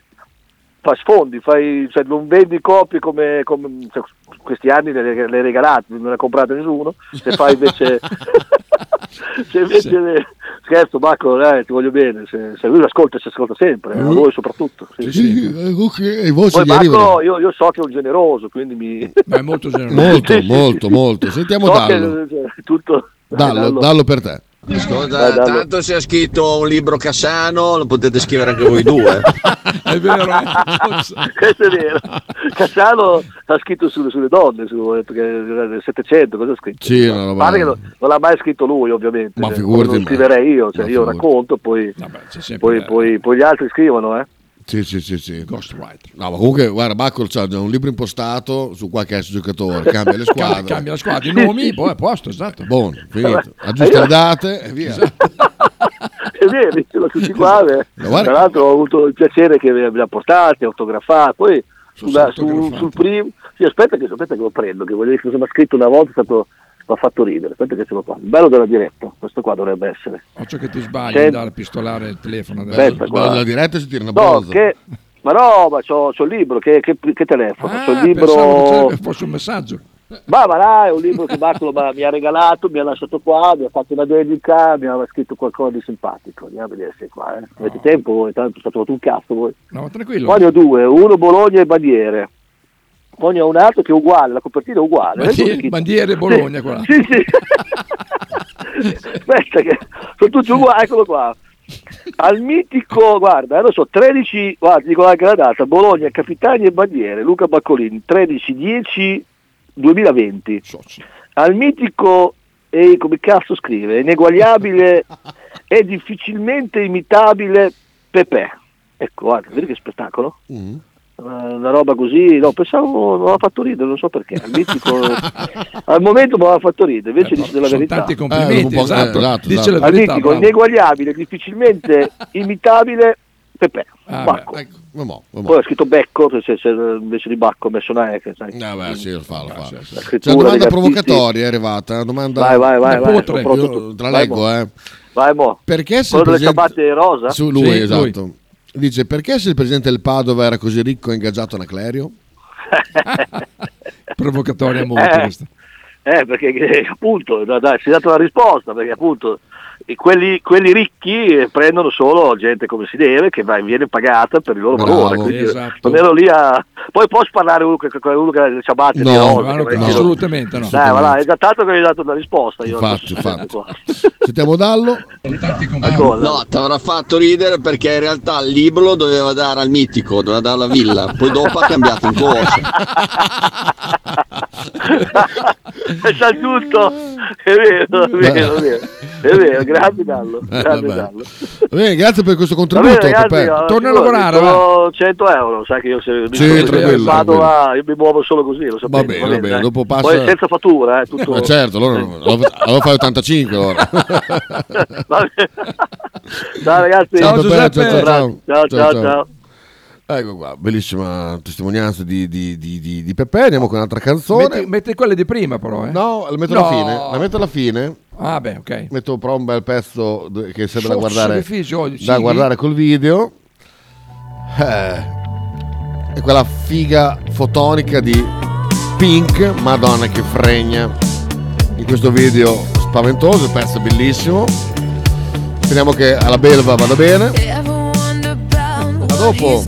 S4: fa sfondi, fai, cioè, non vendi copie come, come- cioè, questi anni le, le regalate, non le ha comprate nessuno. Se fai invece... se invece le- Scherzo, Bacco, dai, ti voglio bene. Se, se lui l'ascolta, ci ascolta sempre, eh, a
S16: Mm.
S4: voi soprattutto. sì.
S16: Sì, eh, ok, e voci
S4: Poi
S16: gli
S4: Bacco,
S16: arrivano.
S4: io, io so che è un generoso, quindi mi...
S15: Ma è molto generoso.
S16: Molto, molto, molto. Sentiamo
S4: so che,
S16: Dallo.
S4: cioè, tutto...
S16: Dallo, dallo per te.
S12: Scusa, tanto se ha scritto un libro Cassano, lo potete scrivere anche voi due.
S15: è vero,
S4: questo è vero. Cassano ha scritto su- sulle donne, su, eh, perché era del 700, cosa ha scritto?
S16: Sì, una roba-
S4: Pare che lo- non l'ha mai scritto lui, ovviamente.
S16: Ma
S4: Cioè,
S16: figurati,
S4: come lo
S16: ma-
S4: scriverei io, cioè,
S16: ma
S4: io
S16: figurati.
S4: racconto, poi,
S15: sempre-
S4: poi, poi- poi gli altri scrivono, eh.
S16: Sì, sì, sì, sì. No, ma comunque, guarda, Bacco c'ha già un libro impostato su qualche ex giocatore, cambia le squadre. Boh.
S15: Cambia, cambia la squadra, i nomi, poi a posto, esatto.
S16: Buono, finito. Aggiusta le date e via.
S4: È vero, ce l'ho tutti qua. beh.
S16: guarda-
S4: Tra l'altro ho avuto il piacere che me li ha portati, autografati, poi sulla- su- sul primo... Sì, aspetta che, aspetta che lo prendo, che voglio dire che mi ha scritto una volta, è stato... Mi ha fatto ridere, aspetta che ce l'ho qua. Il bello della diretta, questo qua dovrebbe essere.
S15: Faccio che ti sbagli
S4: Senti.
S15: andare a pistolare il telefono adesso.
S4: Aspetta, guarda. no, che, ma no, ma c'ho, c'ho il libro, che, che- che telefono? c'ho il
S15: Ah, Pensavo che
S4: libro.
S15: sarebbe- fosse un messaggio.
S4: Ma là è un libro che Bartolo ma- mi ha regalato, mi ha lasciato qua, mi ha fatto una dedica, mi aveva scritto qualcosa di simpatico. Andiamo a vedere se è qua. eh. Avete tempo voi? Tanto state un cazzo voi.
S15: No, tranquillo.
S4: Poi ne ho due, uno Bologna e Bandiere. Poi ne ho un altro che è uguale, la copertina è uguale.
S15: Bandiere-
S4: Eh,
S15: Bandiere
S4: sì.
S15: Bologna, quella.
S4: Sì, sì. Aspetta che sono tutti uguali, eccolo qua. Al mitico, guarda, eh, lo so, 13, guarda, dico anche la data, Bologna, Capitani e Bandiere, Luca Baccolini, 13-10 2020. Al mitico, e come cazzo scrive, ineguagliabile e difficilmente imitabile Pepe. Ecco, guarda, vedi che spettacolo? Eh, Una roba così, no, pensavo mi aveva fatto ridere, non so perché. Al, mitico, al momento mi aveva fatto ridere, invece dice della
S15: sono
S4: verità.
S15: tanti complimenti, Eh, dopo- eh, esatto. esatto, Dice esatto. la
S4: Al
S15: verità,
S4: mitico,
S15: bravo.
S4: ineguagliabile, difficilmente imitabile Pepe.
S16: Ah,
S4: Bacco.
S16: beh, ecco, vabbò, vabbò.
S4: Poi ho scritto Becco, se- se- se- invece di Bacco ho messo una E. che sai.
S16: Ah, beh, sì, lo fa, lo fa.
S4: scrittura
S16: C'è una
S4: degli
S16: domanda
S4: artisti.
S16: provocatoria, è arrivata. Una domanda...
S4: Vai, vai, vai,
S16: Io
S4: vai, sono pronto
S16: Io
S4: tu.
S16: te la
S4: Vai, boh.
S16: leggo,
S4: mo.
S16: eh.
S4: Vai, mo.
S16: Perché se il
S4: Quello delle
S16: presidente-
S4: ciabatte rosa?
S16: Su lui, esatto. Dice, perché se il presidente del Padova era così ricco e ingaggiato Anaclerio?
S15: Provocatoria
S4: eh, eh, perché eh, appunto da- da- si è data la risposta, perché appunto eh, quelli, quelli ricchi eh, prendono solo gente come si deve, che va- viene pagata per il loro
S16: Bravo,
S4: valore. quindi, eh,
S15: esatto.
S4: Non ero lì a... Poi posso parlare uno che, con uno che ha le ciabatte
S16: No,
S4: di rosa,
S16: guarda
S4: che
S16: che
S4: va in
S16: no.
S4: giro.
S16: Assolutamente no.
S4: Dai, Eh, ma là, è già tanto che mi hai dato una risposta. Io
S16: Infatti,
S4: non so se-
S16: infatti. Sentiamo Dallo.
S12: No, ti avrà fatto ridere perché in realtà il libro lo doveva dare al mitico, doveva dare alla villa, poi dopo ha cambiato in corso.
S4: è già tutto, è vero, è vero, è vero, è vero, grazie Dallo,
S16: Eh,
S4: grazie
S16: vabbè.
S4: Dallo.
S16: Va bene, grazie per questo
S4: Va bene,
S16: contributo.
S4: ragazzi,
S16: Pepe.
S4: oh, figurati, sono 100 euro, sai che io se mi
S16: Sì,
S4: sono-
S16: tranquillo,
S4: Padova, io mi muovo solo così, lo sapete.
S16: Va bene, va bene,
S4: eh.
S16: dopo passa-
S4: Poi senza fattura, eh, tutto...
S16: Ma certo, allora, allora allora fai 85 allora.
S4: Va bene. Ciao ragazzi.
S16: Ciao, Giuseppe.
S4: ciao, ciao, ciao.
S16: Ciao,
S4: ciao,
S16: ciao.
S4: ciao.
S16: Ecco qua, bellissima testimonianza di, di, di, di, di Pepe. Andiamo con un'altra canzone.
S15: Metti, metti quelle di prima però, eh.
S16: No, la metto
S15: No.
S16: alla fine. La metto alla fine.
S15: Ah, beh, ok.
S16: Metto però un bel pezzo d- che serve da
S15: Forse
S16: guardare,
S15: le fisi, oh, sì.
S16: da guardare col video. Eh, è quella figa fotonica di Pink, Madonna che fregna. In questo video spaventoso, il pezzo è bellissimo. Speriamo che alla belva vada bene.
S11: A
S16: dopo.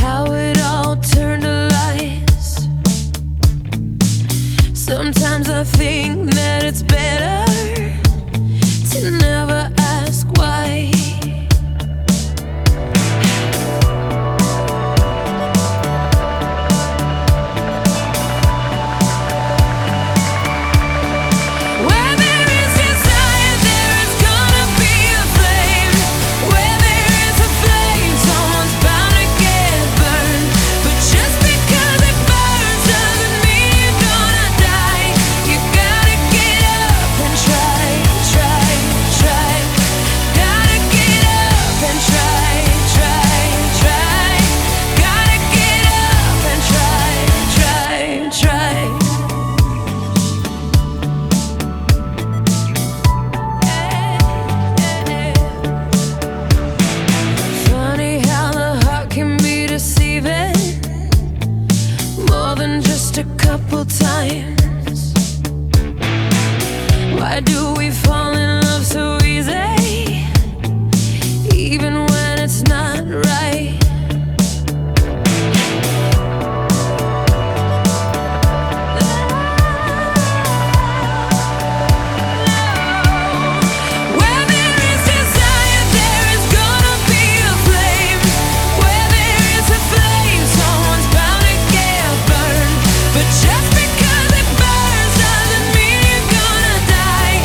S11: How it all turned to lies. Sometimes I think that it's better to never ask why. Where there is desire, there is gonna be a flame. Where there is a flame, someone's bound to get burned. But just because it burns doesn't mean you're gonna die. You gotta get up and try, try, try. Gotta get up and try, try, try. Gotta get up and try, try, try. Funny how the heart can be deceiving more than just a couple times. Why do we fall in love so easy, even when it's not right? Where there is desire, there is gonna be a flame. Where there is a flame, someone's bound to get burned. But just because it burns doesn't mean you're gonna die.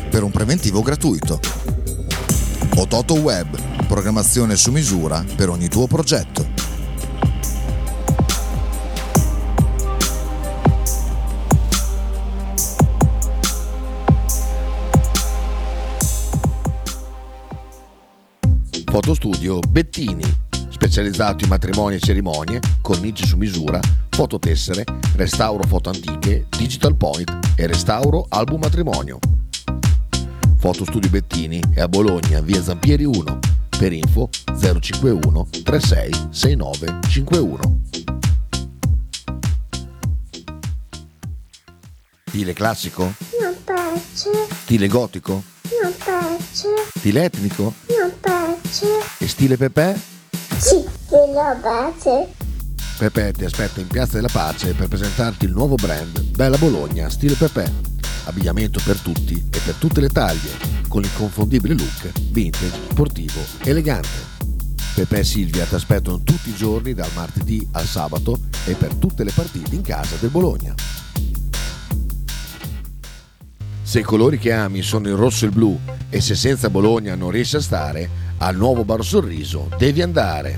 S13: per un preventivo gratuito. Ototo Web, programmazione su misura per ogni tuo progetto.
S16: Fotostudio Bettini, specializzato in matrimoni e cerimonie, cornici su misura, fototessere, restauro foto antiche, digital point e restauro album matrimonio. Fotostudio Bettini è a Bologna, via Zampieri 1, per info 051 36 69 51.
S13: Stile classico?
S11: Non piace,
S13: Stile gotico?
S11: non piace,
S13: Stile etnico?
S11: non piace.
S13: E stile Pepe?
S11: Sì, della base.
S16: Pepe ti aspetta in Piazza della Pace per presentarti il nuovo brand Bella Bologna Stile Pepe. Abbigliamento per tutti e per tutte le taglie, con l'inconfondibile look vintage, sportivo, elegante. Pepe e Silvia ti aspettano tutti i giorni dal martedì al sabato e per tutte le partite in casa del Bologna. Se i colori che ami sono il rosso e il blu e se senza Bologna non riesci a stare, al nuovo Bar Sorriso devi andare.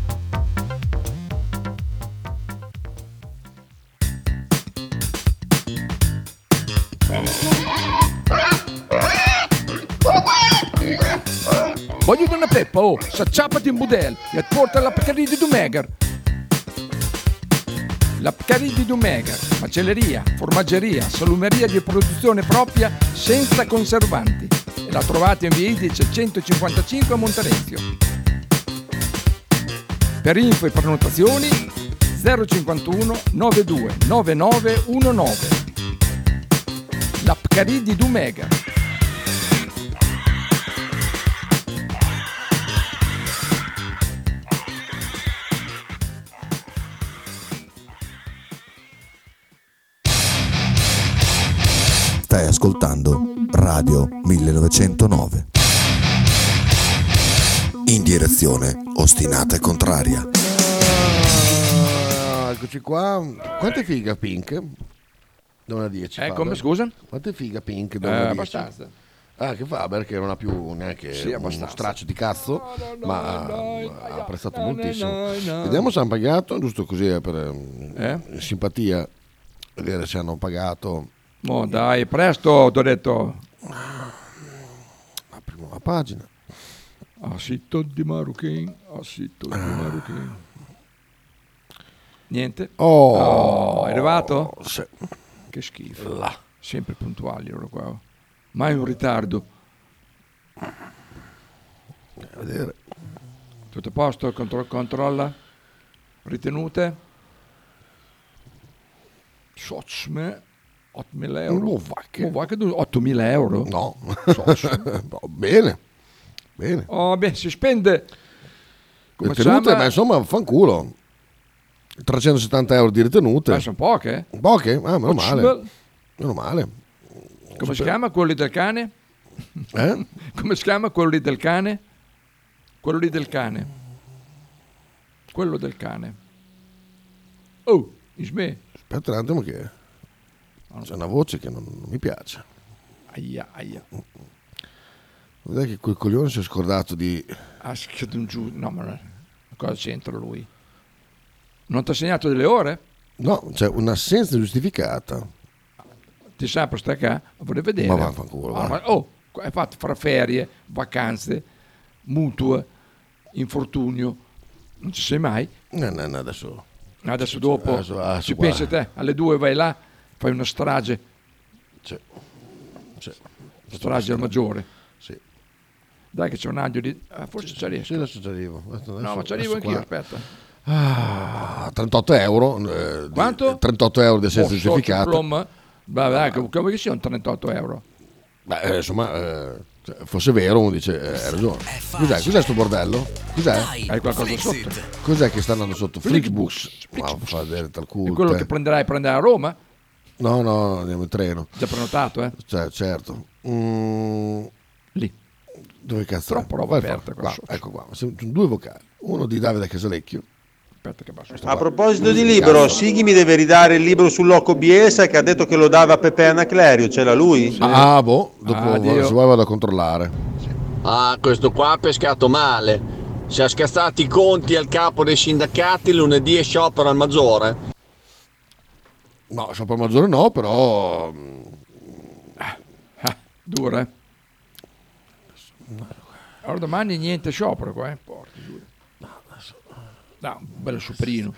S15: Voglio una peppa, oh, s'acciappati in budel e porta la Pcaridi di Dumegar. La Pcaridi di Dumegar, macelleria, formaggeria, salumeria di produzione propria senza conservanti. E la trovate in via Idice 155 a Monterezio. Per info e prenotazioni 051 92 9919. La Pcaridi di Dumegar.
S13: Stai ascoltando Radio 1909. In direzione ostinata e contraria.
S16: Ah, eccoci qua. Quanto è figa Pink? Da una 10.
S15: Eh,
S16: Faber.
S15: come, scusa?
S16: Quanto è figa Pink? Da
S15: Eh,
S16: una 10?
S15: abbastanza.
S16: Ah, che Faber che non ha più neanche
S15: Sì,
S16: uno
S15: abbastanza.
S16: straccio di cazzo, ma ha- ha apprezzato
S15: no, no,
S16: moltissimo.
S15: no, no.
S16: Vediamo se hanno pagato, giusto così eh, per mm,
S15: Eh?
S16: simpatia, vedere se hanno pagato.
S15: Oh, dai, presto, ti ho detto.
S16: Apriamo Ah, la pagina.
S15: A sito di Maruchin, a sito di
S16: Ah.
S15: Maruchin. Niente.
S16: Oh.
S15: è arrivato? Che schifo. Sempre puntuali loro qua. oh. Mai un ritardo.
S16: A vedere.
S15: Tutto a posto? Contro- controlla? Ritenute? Socme 8.000 euro.
S16: Oh, vacche.
S15: Oh, vacche, 8.000 euro?
S16: No.
S15: Socme.
S16: Oh, bene. Bene.
S15: Oh, beh, si spende. Come eh? si
S16: Ritenute,
S15: chiama?
S16: ma insomma, fanculo. 370 euro di ritenute.
S15: Eh, sono poche.
S16: Poche? Ah, meno male.
S15: Come
S16: Meno male.
S15: si chiama quello lì del cane?
S16: Eh?
S15: Come si chiama quello lì del cane? Quello lì del cane. Quello del cane. Oh, Isme.
S16: Aspetta un attimo che c'è una voce che non, non mi piace.
S15: Aia, aia.
S16: Guarda che quel coglione si è scordato di...
S15: Ask d'un Ah, giù, no, ma non è- cosa c'entra lui? Non ti ha segnato delle ore?
S16: No, c'è un'assenza giustificata.
S15: Ti sa per stare qua? Vorrei vedere.
S16: Ma vaffanculo,
S15: Ah,
S16: va.
S15: ma- oh, qua hai fatto fra ferie, vacanze, mutua, infortunio, non ci sei mai?
S16: No, no, no, adesso.
S15: Adesso dopo
S16: Adesso- ah, adesso
S15: ci
S16: guarda.
S15: pensi te, alle due vai là, fai una strage.
S16: C'è. C'è.
S15: Strage al maggiore.
S16: Sì.
S15: Dai che c'è un aglio di... ah, forse ci arrivo.
S16: Sì, adesso ci arrivo. Adesso-
S15: no, ma
S16: adesso
S15: ci arrivo anch'io,
S16: qua.
S15: aspetta.
S16: Ah, 38 euro. eh, di-
S15: Quanto?
S16: 38 euro di assenza
S15: Oh, so,
S16: giustificata.
S15: diploma. Vabbè, dai, come che siano 38 euro?
S16: Beh, eh, insomma, eh, cioè, fosse vero, uno dice, eh, hai ragione. Cos'è? Cos'è sto bordello? Cos'è?
S15: Hai qualcosa sotto?
S16: Cos'è che sta andando sotto? Flixbus. Ma fa vedere tal culo.
S15: È quello
S16: te.
S15: che prenderai prenderai a Roma?
S16: No, no, andiamo in treno.
S15: Già prenotato, eh?
S16: Cioè, certo. Mm.
S15: Lì.
S16: Dove cazzo?
S15: Troppa
S16: è?
S15: roba
S16: Vai
S15: aperta
S16: fuori.
S15: qua
S16: Qua, Ecco qua, sono due vocali. Uno di Davide Casalecchio.
S15: Aspetta che basso.
S10: A proposito di libro, Sighi mi deve ridare il libro sull'Occo Biesa che ha detto che lo dava a Pepe Anaclerio, ce l'ha lui?
S16: Ah, boh, dopo
S10: Ah, Dio.
S16: vado- se vuoi vado a controllare.
S12: Ah, questo qua ha pescato male. Si è scazzato i conti al capo dei sindacati lunedì e sciopero al maggiore.
S16: No, sopra maggiore no, però... mm,
S15: Ah, Dura, eh? Allora domani niente sciopero qua, eh? Porca due. No, un bello superino.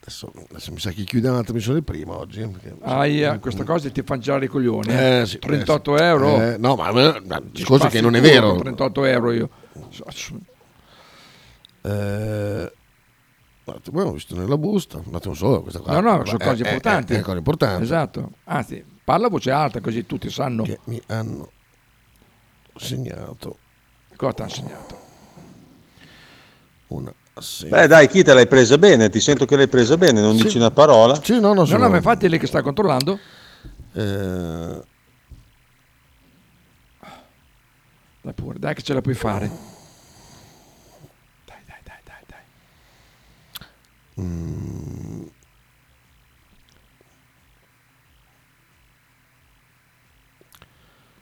S16: Adesso, adesso mi sa che chiudiamo la trasmissione prima oggi. eh, perché-
S15: Aia, questa cosa ti fa girare i coglioni. eh.
S16: Eh, sì, eh,
S15: 38
S16: sì.
S15: euro.
S16: Eh, no, ma, ma- ma il
S15: Ti
S16: discorso è
S15: spassi
S16: che non è
S15: il culo
S16: vero.
S15: con 38 euro io. So- so-
S16: Eh, ma tu- abbiamo visto nella busta, un attimo solo questa qua.
S15: No, no, sono
S16: Eh,
S15: cose
S16: eh,
S15: importanti.
S16: eh, eh, cose importanti.
S15: Esatto. Anzi, parla a voce alta così tutti sanno. Che
S16: mi hanno segnato.
S15: Cosa ti hanno segnato?
S16: Una
S10: Beh dai, Kita l'hai presa bene, ti sento che l'hai presa bene, non dici una parola.
S16: Sì, no,
S15: No, no, ma infatti è lei che sta controllando.
S10: Eh,
S15: Dai pure, dai che ce la puoi fare.
S16: Mm.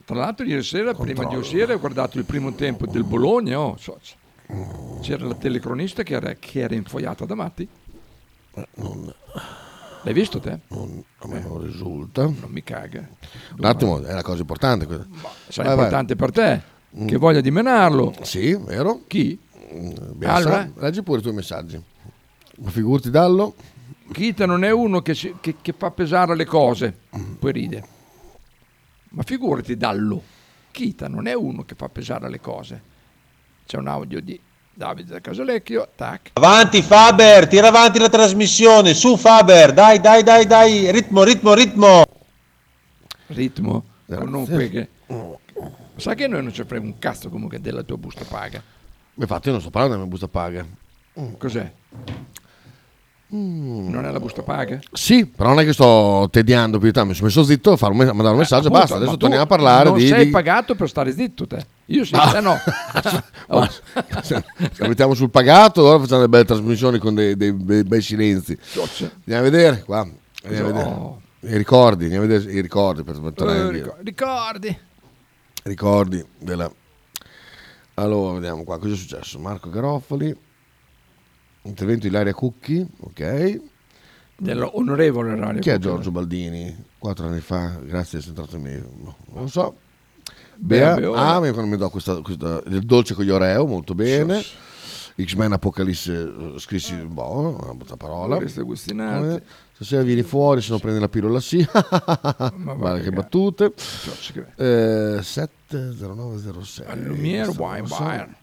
S15: Tra l'altro ieri sera, prima di uscire, ho guardato il primo tempo del Bologna. oh, so- c'era la telecronista che era, che era infoiata da Matti. L'hai visto te?
S16: a me non risulta.
S15: Eh. Non mi caga.
S16: Un attimo, è una cosa importante questa.
S15: Sarà
S16: Vai, vai.
S15: importante per te,
S16: Mm.
S15: che voglia dimenarlo.
S16: Sì, vero? Mm,
S15: Chi?
S16: Bielsa,
S15: Allora?
S16: leggi pure i tuoi messaggi. Ma figurati Dallo.
S15: Kita non è uno che, si- che- che fa pesare le cose, poi ride. Ma figurati Dallo, Kita non è uno che fa pesare le cose. C'è un audio di Davide da Casalecchio, tac.
S10: Avanti Faber, tira avanti la trasmissione, su Faber, dai dai dai dai, ritmo ritmo ritmo.
S15: ritmo. Comunque che... Sa che noi non ci frega un cazzo comunque della tua busta paga.
S16: Infatti, io non sto parlando della mia busta paga.
S15: Cos'è?
S16: Mm.
S15: Non è la busta paga?
S16: Sì, però non è che sto tediando più di tanto. Mi sono messo zitto a, fare un mes- a mandare un messaggio e
S15: Eh, Appunto,
S16: basta.
S15: ma
S16: Adesso
S15: tu
S16: torniamo a parlare
S15: non
S16: di.
S15: sei
S16: di-
S15: pagato per stare zitto te. Io sì, te no. Oh.
S16: Ma- se la mettiamo sul pagato, allora facciamo delle belle trasmissioni con dei, dei bei- bei silenzi.
S15: Cioè.
S16: Andiamo a vedere qua. Andiamo a vedere.
S15: No.
S16: I ricordi, andiamo a vedere i ricordi per per tornare
S15: Cioè, oh. Eh,
S16: indietro.
S15: ricor- ricordi.
S16: ricordi della... Allora, vediamo qua cosa è successo. Marco Garofoli, intervento di Ilaria Cucchi, ok.
S15: Dell'onorevole Ilaria
S16: Chi è
S15: Cucchi,
S16: Giorgio Baldini? Quattro anni fa, grazie di essere entrato in me. No, Non lo so.
S15: Bea
S16: Bea,
S15: Beola.
S16: ah, mi- quando mi do questa, questa- il dolce con gli Oreo, molto bene. X-Men Apocalisse, eh, scrissi, boh, una brutta parola.
S15: Oreste Gustinati.
S16: Eh, Stasera vieni fuori, se no prendi la pillola sì. Guarda che battute. Eh, 70906.
S15: Lumiere,
S16: Questa
S15: wine
S16: cosa.
S15: buyer.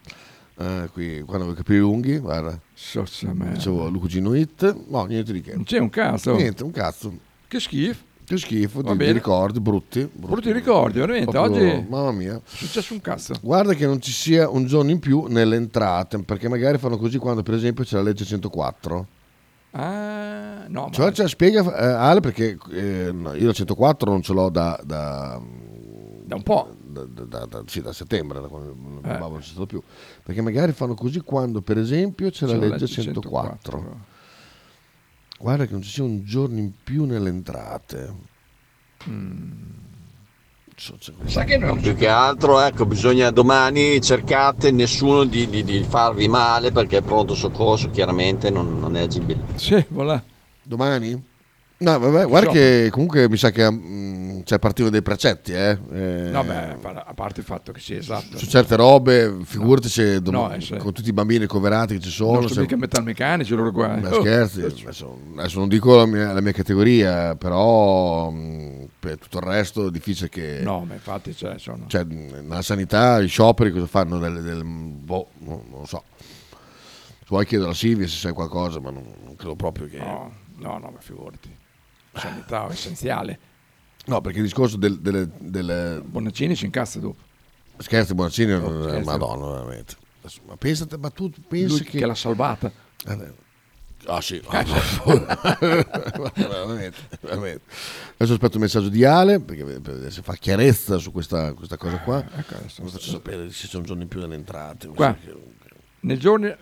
S16: Eh, qui, quando avevo i capelli lunghi, guarda. Dicevo Lucugino Hit, no, niente di che.
S15: Non c'è un cazzo.
S16: Niente, un cazzo.
S15: Che schifo.
S16: Che schifo,
S15: Va
S16: di, di
S15: bene.
S16: ricordi brutti. Brutti,
S15: Brutti ricordi, veramente.
S16: Proprio-
S15: Oggi
S16: Mamma mia.
S15: è successo un cazzo.
S16: Guarda che non ci sia un giorno in più nelle entrate, perché magari fanno così quando per esempio c'è la legge 104.
S15: Ah, no, ma
S16: Cioè, cioè, spiega eh, Ale perché eh, no, io la 104 non ce l'ho da, da,
S15: da un po'.
S16: Da, da- da- sì, da settembre, da quando non
S15: Eh.
S16: provavo, non c'è stato più. Perché magari fanno così quando per esempio c'è la legge 104.
S15: Mm.
S16: Guarda che non ci sia un giorno in più nelle entrate. cazzo. Cioè,
S15: Sa che
S12: No, più che altro, ecco, bisogna domani cercate nessuno di, di- di farvi male perché il pronto soccorso chiaramente non, non è agibile.
S15: Sì, voilà.
S16: Domani? No, vabbè, guarda che comunque mi sa che mm, cioè, partivano dei precetti, eh. Eh,
S15: No, beh, par- a parte il fatto che sì, esatto.
S16: Su certe robe, figurati se dom-
S15: No, eh, sì.
S16: con tutti i bambini ricoverati che ci sono.
S15: non sono
S16: se-
S15: mica metalmeccanici loro qua.
S16: Ma
S15: Oh.
S16: scherzi, adesso, adesso non dico la mia, la mia categoria, però mh, per tutto il resto è difficile che...
S15: No, ma infatti cioè, sono...
S16: Cioè, mh, nella sanità, i scioperi cosa fanno? Del, del- boh, non non lo so. Se vuoi chiedere a Silvia se sai qualcosa, ma non, non credo proprio che...
S15: No, no, no, ma figurati. Sanità è essenziale.
S16: No, perché il discorso del, delle, delle...
S15: Bonaccini si incazza dopo.
S16: Scherzi, Bonaccini, eh,
S15: scherzi.
S16: madonna, veramente. Adesso, Ma, pensate, ma tu pensi
S15: Lui che... l'ha salvata. Eh,
S16: Eh beh. Ah sì, veramente, veramente. Adesso aspetto il messaggio di Ale perché per vedere se fa chiarezza su questa, questa cosa qua.
S15: Eh, ecco, adesso-
S16: Mi faccio sapere se c'è un giorno in più delle entrate. mi
S15: Qua.
S16: sa che-
S15: Nei giorni...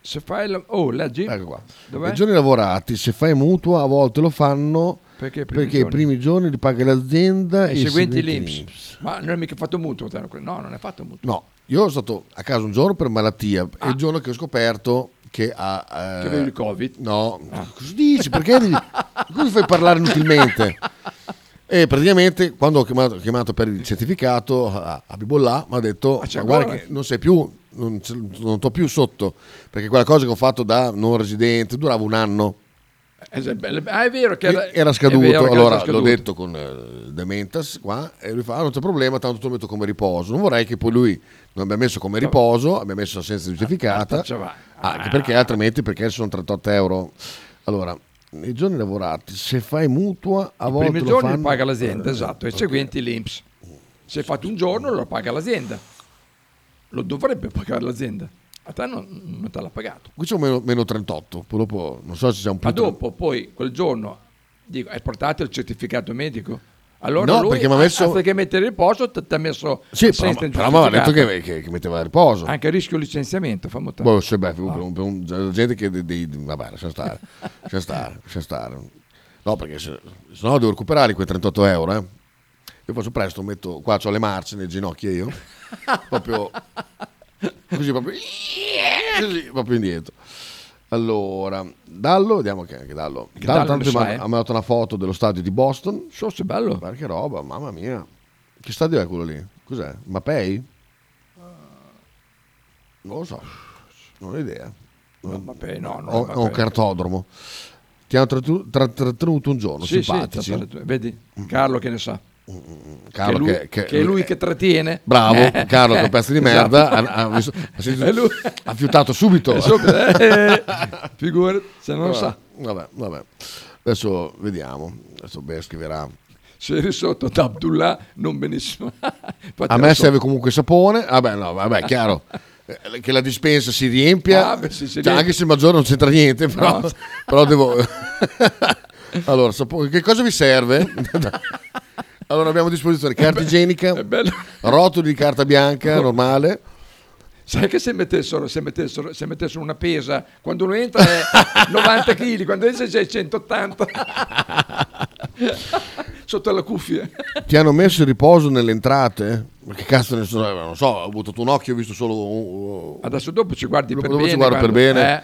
S15: Se fai... La... Oh, leggi. Ecco
S16: qua.
S15: Dov'è?
S16: I giorni lavorati, se fai mutuo, a volte lo fanno
S15: Perché i primi
S16: perché i
S15: giorni?
S16: primi giorni li paga l'azienda
S15: E
S16: e,
S15: i
S16: i
S15: seguenti
S16: seguenti l'INPS.
S15: l'Inps. Ma non è mica fatto mutuo. te, No, non è fatto mutuo.
S16: No, io sono stato a casa un giorno per malattia e il giorno che ho scoperto che ha... eh,
S15: Ah. Che avevi il Covid?
S16: No, cosa dici? Perché devi- come mi fai parlare inutilmente? E praticamente quando ho chiamato, ho chiamato per il certificato a a Bibollà mi ha detto
S15: Ah, c'è
S16: "Ma guarda
S15: ancora?"
S16: che non sei più, non, c- non t'ho più sotto perché quella cosa che ho fatto da non residente durava un anno
S15: Eh, se- beh, Ah, è vero che era,
S16: era scaduto,
S15: è vero che era
S16: allora
S15: scaduto.
S16: l'ho detto con eh, Dementas qua e lui fa "Ah, non c'è problema, tanto te lo metto come riposo. Non vorrei che poi lui non abbia messo come riposo, abbia messo assenza giustificata, ah,
S15: Cioè, va.
S16: anche perché altrimenti perché sono 38 euro. Allora, nei giorni lavorati, se fai mutua a
S15: I
S16: volte...
S15: primi
S16: lo
S15: giorni
S16: fanno-
S15: lo paga l'azienda,
S16: Eh,
S15: esatto, e i
S16: ok.
S15: seguenti l'Inps. Se hai fatto un giorno lo paga l'azienda. Lo dovrebbe pagare l'azienda. A te non, non te l'ha pagato.
S16: Qui c'è un meno, meno 38, poi dopo non so se c'è un più
S15: Ma dopo, poi, quel giorno, dico, hai portato il certificato medico? Allora
S16: No,
S15: lui,
S16: perché mi ha messo-
S15: anziché mettere il posto, ti ti ha messo...
S16: Sì, però,
S15: assenza
S16: ma- però mi aveva detto
S15: ingiustificata.
S16: che, che- che metteva a riposo.
S15: Anche a rischio licenziamento, fa molto- Ah.
S16: Boh, se beh, per un- per un- per gente che dei, dei- vabbè, lascia stare, lascia stare, lascia stare. No, perché se, se no devo recuperare quei 38 euro, eh. Io faccio presto, metto qua, ho le marce nel ginocchio io, proprio così, proprio, così, proprio indietro. Allora, Dallo, vediamo che anche Dallo.
S15: Che
S16: Dallo
S15: Dallo
S16: tanto
S15: ne sa,
S16: mi ha-
S15: eh.
S16: ha mandato una foto dello stadio di Boston.
S15: So se è bello.
S16: Guarda che roba, mamma mia. Che stadio è quello lì? Cos'è? Mapei? Non lo so, non ho idea.
S15: No, vabbè, no, no,
S16: ho,
S15: vabbè.
S16: ho un cartodromo. Ti hanno trattu- tra- trattenuto un giorno,
S15: Sì, sì,
S16: simpatici.
S15: tra- tra- vedi, Carlo che ne sa.
S16: Carlo
S15: che, lui,
S16: che- che-
S15: che è lui che trattiene.
S16: Bravo,
S15: Eh,
S16: Carlo,
S15: eh,
S16: che pezzo di
S15: esatto.
S16: merda. Ha, ha visto- ha sentito-
S15: È lui.
S16: ha fiutato subito.
S15: Eh, sopra- eh, figurati, se non lo sa.
S16: Vabbè, vabbè. Adesso vediamo. Adesso Bea scriverà.
S15: Se eri sotto da Abdullah non benissimo. Infatti
S16: A
S15: era
S16: me
S15: sotto.
S16: serve comunque sapone. Vabbè, no, vabbè, chiaro. Eh, Che la dispensa si riempia,
S15: Ah, beh, sì, si
S16: Cioè,
S15: riempie.
S16: anche se il maggiore non c'entra niente, però,
S15: No.
S16: però devo. allora, sapone- che cosa vi serve? allora, abbiamo a disposizione carta igienica, rotoli di carta bianca normale.
S15: Sai che se mettessero, se, mettessero, se mettessero una pesa, quando uno entra è 90 kg, quando esce c'è 180 sotto la cuffia.
S16: Ti hanno messo il riposo nelle entrate? Eh, Ma che cazzo ne so, non so, ho buttato un occhio, ho visto solo un...
S15: Adesso dopo ci guardi per
S16: dopo
S15: bene.
S16: ci guardo per
S15: quando-
S16: bene.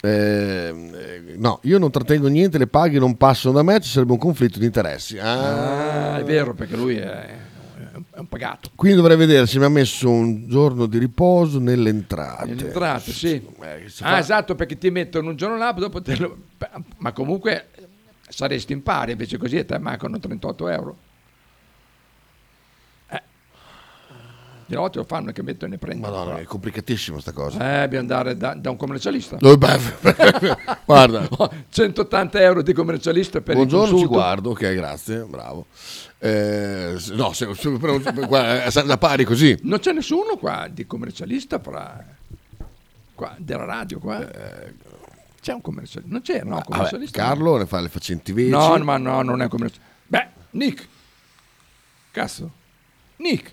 S16: Eh, eh, no, io non trattengo niente, le paghe non passano da me, ci sarebbe un conflitto di interessi.
S15: Eh.
S16: eh.
S15: Ah, è vero, perché lui è, è un pagato.
S16: Quindi dovrei vedere se mi ha messo un giorno di riposo nelle entrate.
S15: Nelle entrate, sì.
S16: Ah, Eh, si
S15: Ah,
S16: fa-
S15: esatto, perché ti mettono un giorno là, dopo te lo... Ma comunque saresti in pari, invece così a te mancano 38 euro. Eh. Di notte lo fanno che mettono e prendono.
S16: Madonna, è complicatissima sta cosa.
S15: Eh, dobbiamo andare da, da un commercialista.
S16: Oh, beh, guarda.
S15: 180 euro di commercialista per il
S16: Buongiorno, ci
S15: consulto.
S16: guardo, ok, grazie, bravo. Eh, s- no, se, se, per un- per- guarda, siamo da pari così.
S15: Non c'è nessuno qua di commercialista fra... qua, della radio qua. C'è un commercialista. Non c'è, no,
S16: Ah, vabbè,
S15: commercialista.
S16: Carlo ne fa le faccenti veci.
S15: No, ma no, non è commercialista. Beh, Nick. Cazzo. Nick. Vabbè,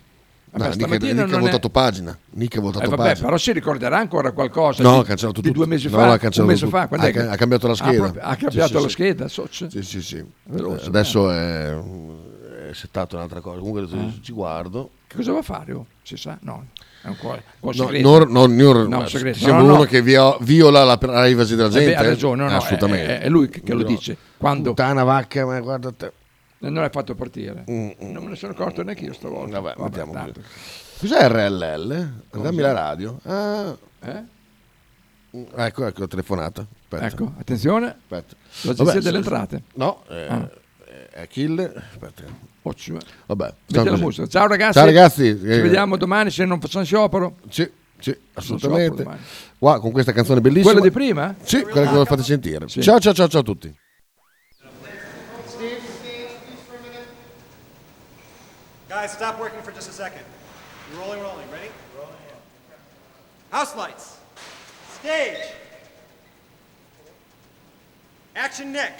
S16: No, Nick,
S15: stamattina
S16: Nick
S15: non
S16: ha
S15: è-
S16: votato pagina. Nick ha votato
S15: Eh, vabbè,
S16: pagina.
S15: però si ricorderà ancora qualcosa
S16: No,
S15: Cioè, di-
S16: ha cancellato
S15: di
S16: tutto.
S15: due mesi
S16: No,
S15: fa,
S16: l'ha cancellato
S15: un mese
S16: tutto.
S15: fa, quando
S16: Ha
S15: è che-
S16: ca- ha cambiato la
S15: Ah,
S16: scheda.
S15: proprio- ha
S16: Sì,
S15: cambiato
S16: sì,
S15: la
S16: sì.
S15: scheda, so-
S16: Sì, sì, sì.
S15: Veloce,
S16: Adesso è, è settato un'altra cosa. Comunque adesso
S15: eh. Ah.
S16: ci guardo.
S15: Che cosa va a fare? oh? Si sa? No, è un cuore.
S16: No,
S15: cuore segreto.
S16: no, no, no,
S15: No,
S16: ma
S15: segreto.
S16: sembra
S15: No, no,
S16: uno
S15: no.
S16: che via- viola la privacy della
S15: Eh beh,
S16: gente.
S15: ha ragione, no, no,
S16: assolutamente.
S15: è- è- è lui che- che lo
S16: No.
S15: dice. Quando-
S16: Puttana vacca, ma guarda te.
S15: Non l'hai fatto partire. Non me ne sono accorto neanche io stavolta. Vabbè,
S16: Mm, mettiamo
S15: tanto.
S16: Cos'è RLL?
S15: Cosa?
S16: Dammi la radio. Ah,
S15: Eh?
S16: ecco, ecco, la telefonata. Aspetta.
S15: Ecco, attenzione.
S16: Aspetta.
S15: L'agenzia
S16: Vabbè,
S15: delle
S16: se-
S15: entrate.
S16: No, eh,
S15: Ah.
S16: è Achille. Aspetta. Vabbè,
S15: Mettiamo
S16: così.
S15: la musica. Ciao ragazzi.
S16: Ciao ragazzi.
S15: Ci
S16: Eh,
S15: vediamo domani se non facciamo sciopero.
S16: Sì, sì,
S15: sciopero
S16: assolutamente.
S15: domani.
S16: Qua con questa canzone bellissima.
S15: Quella di prima?
S16: Sì, quella che lo fate sentire. Ciao, ciao, ciao, ciao a tutti.
S9: Guys, stop working for just a second. Rolling, rolling. Ready? Rolling. House lights. Stage. Action, Nick.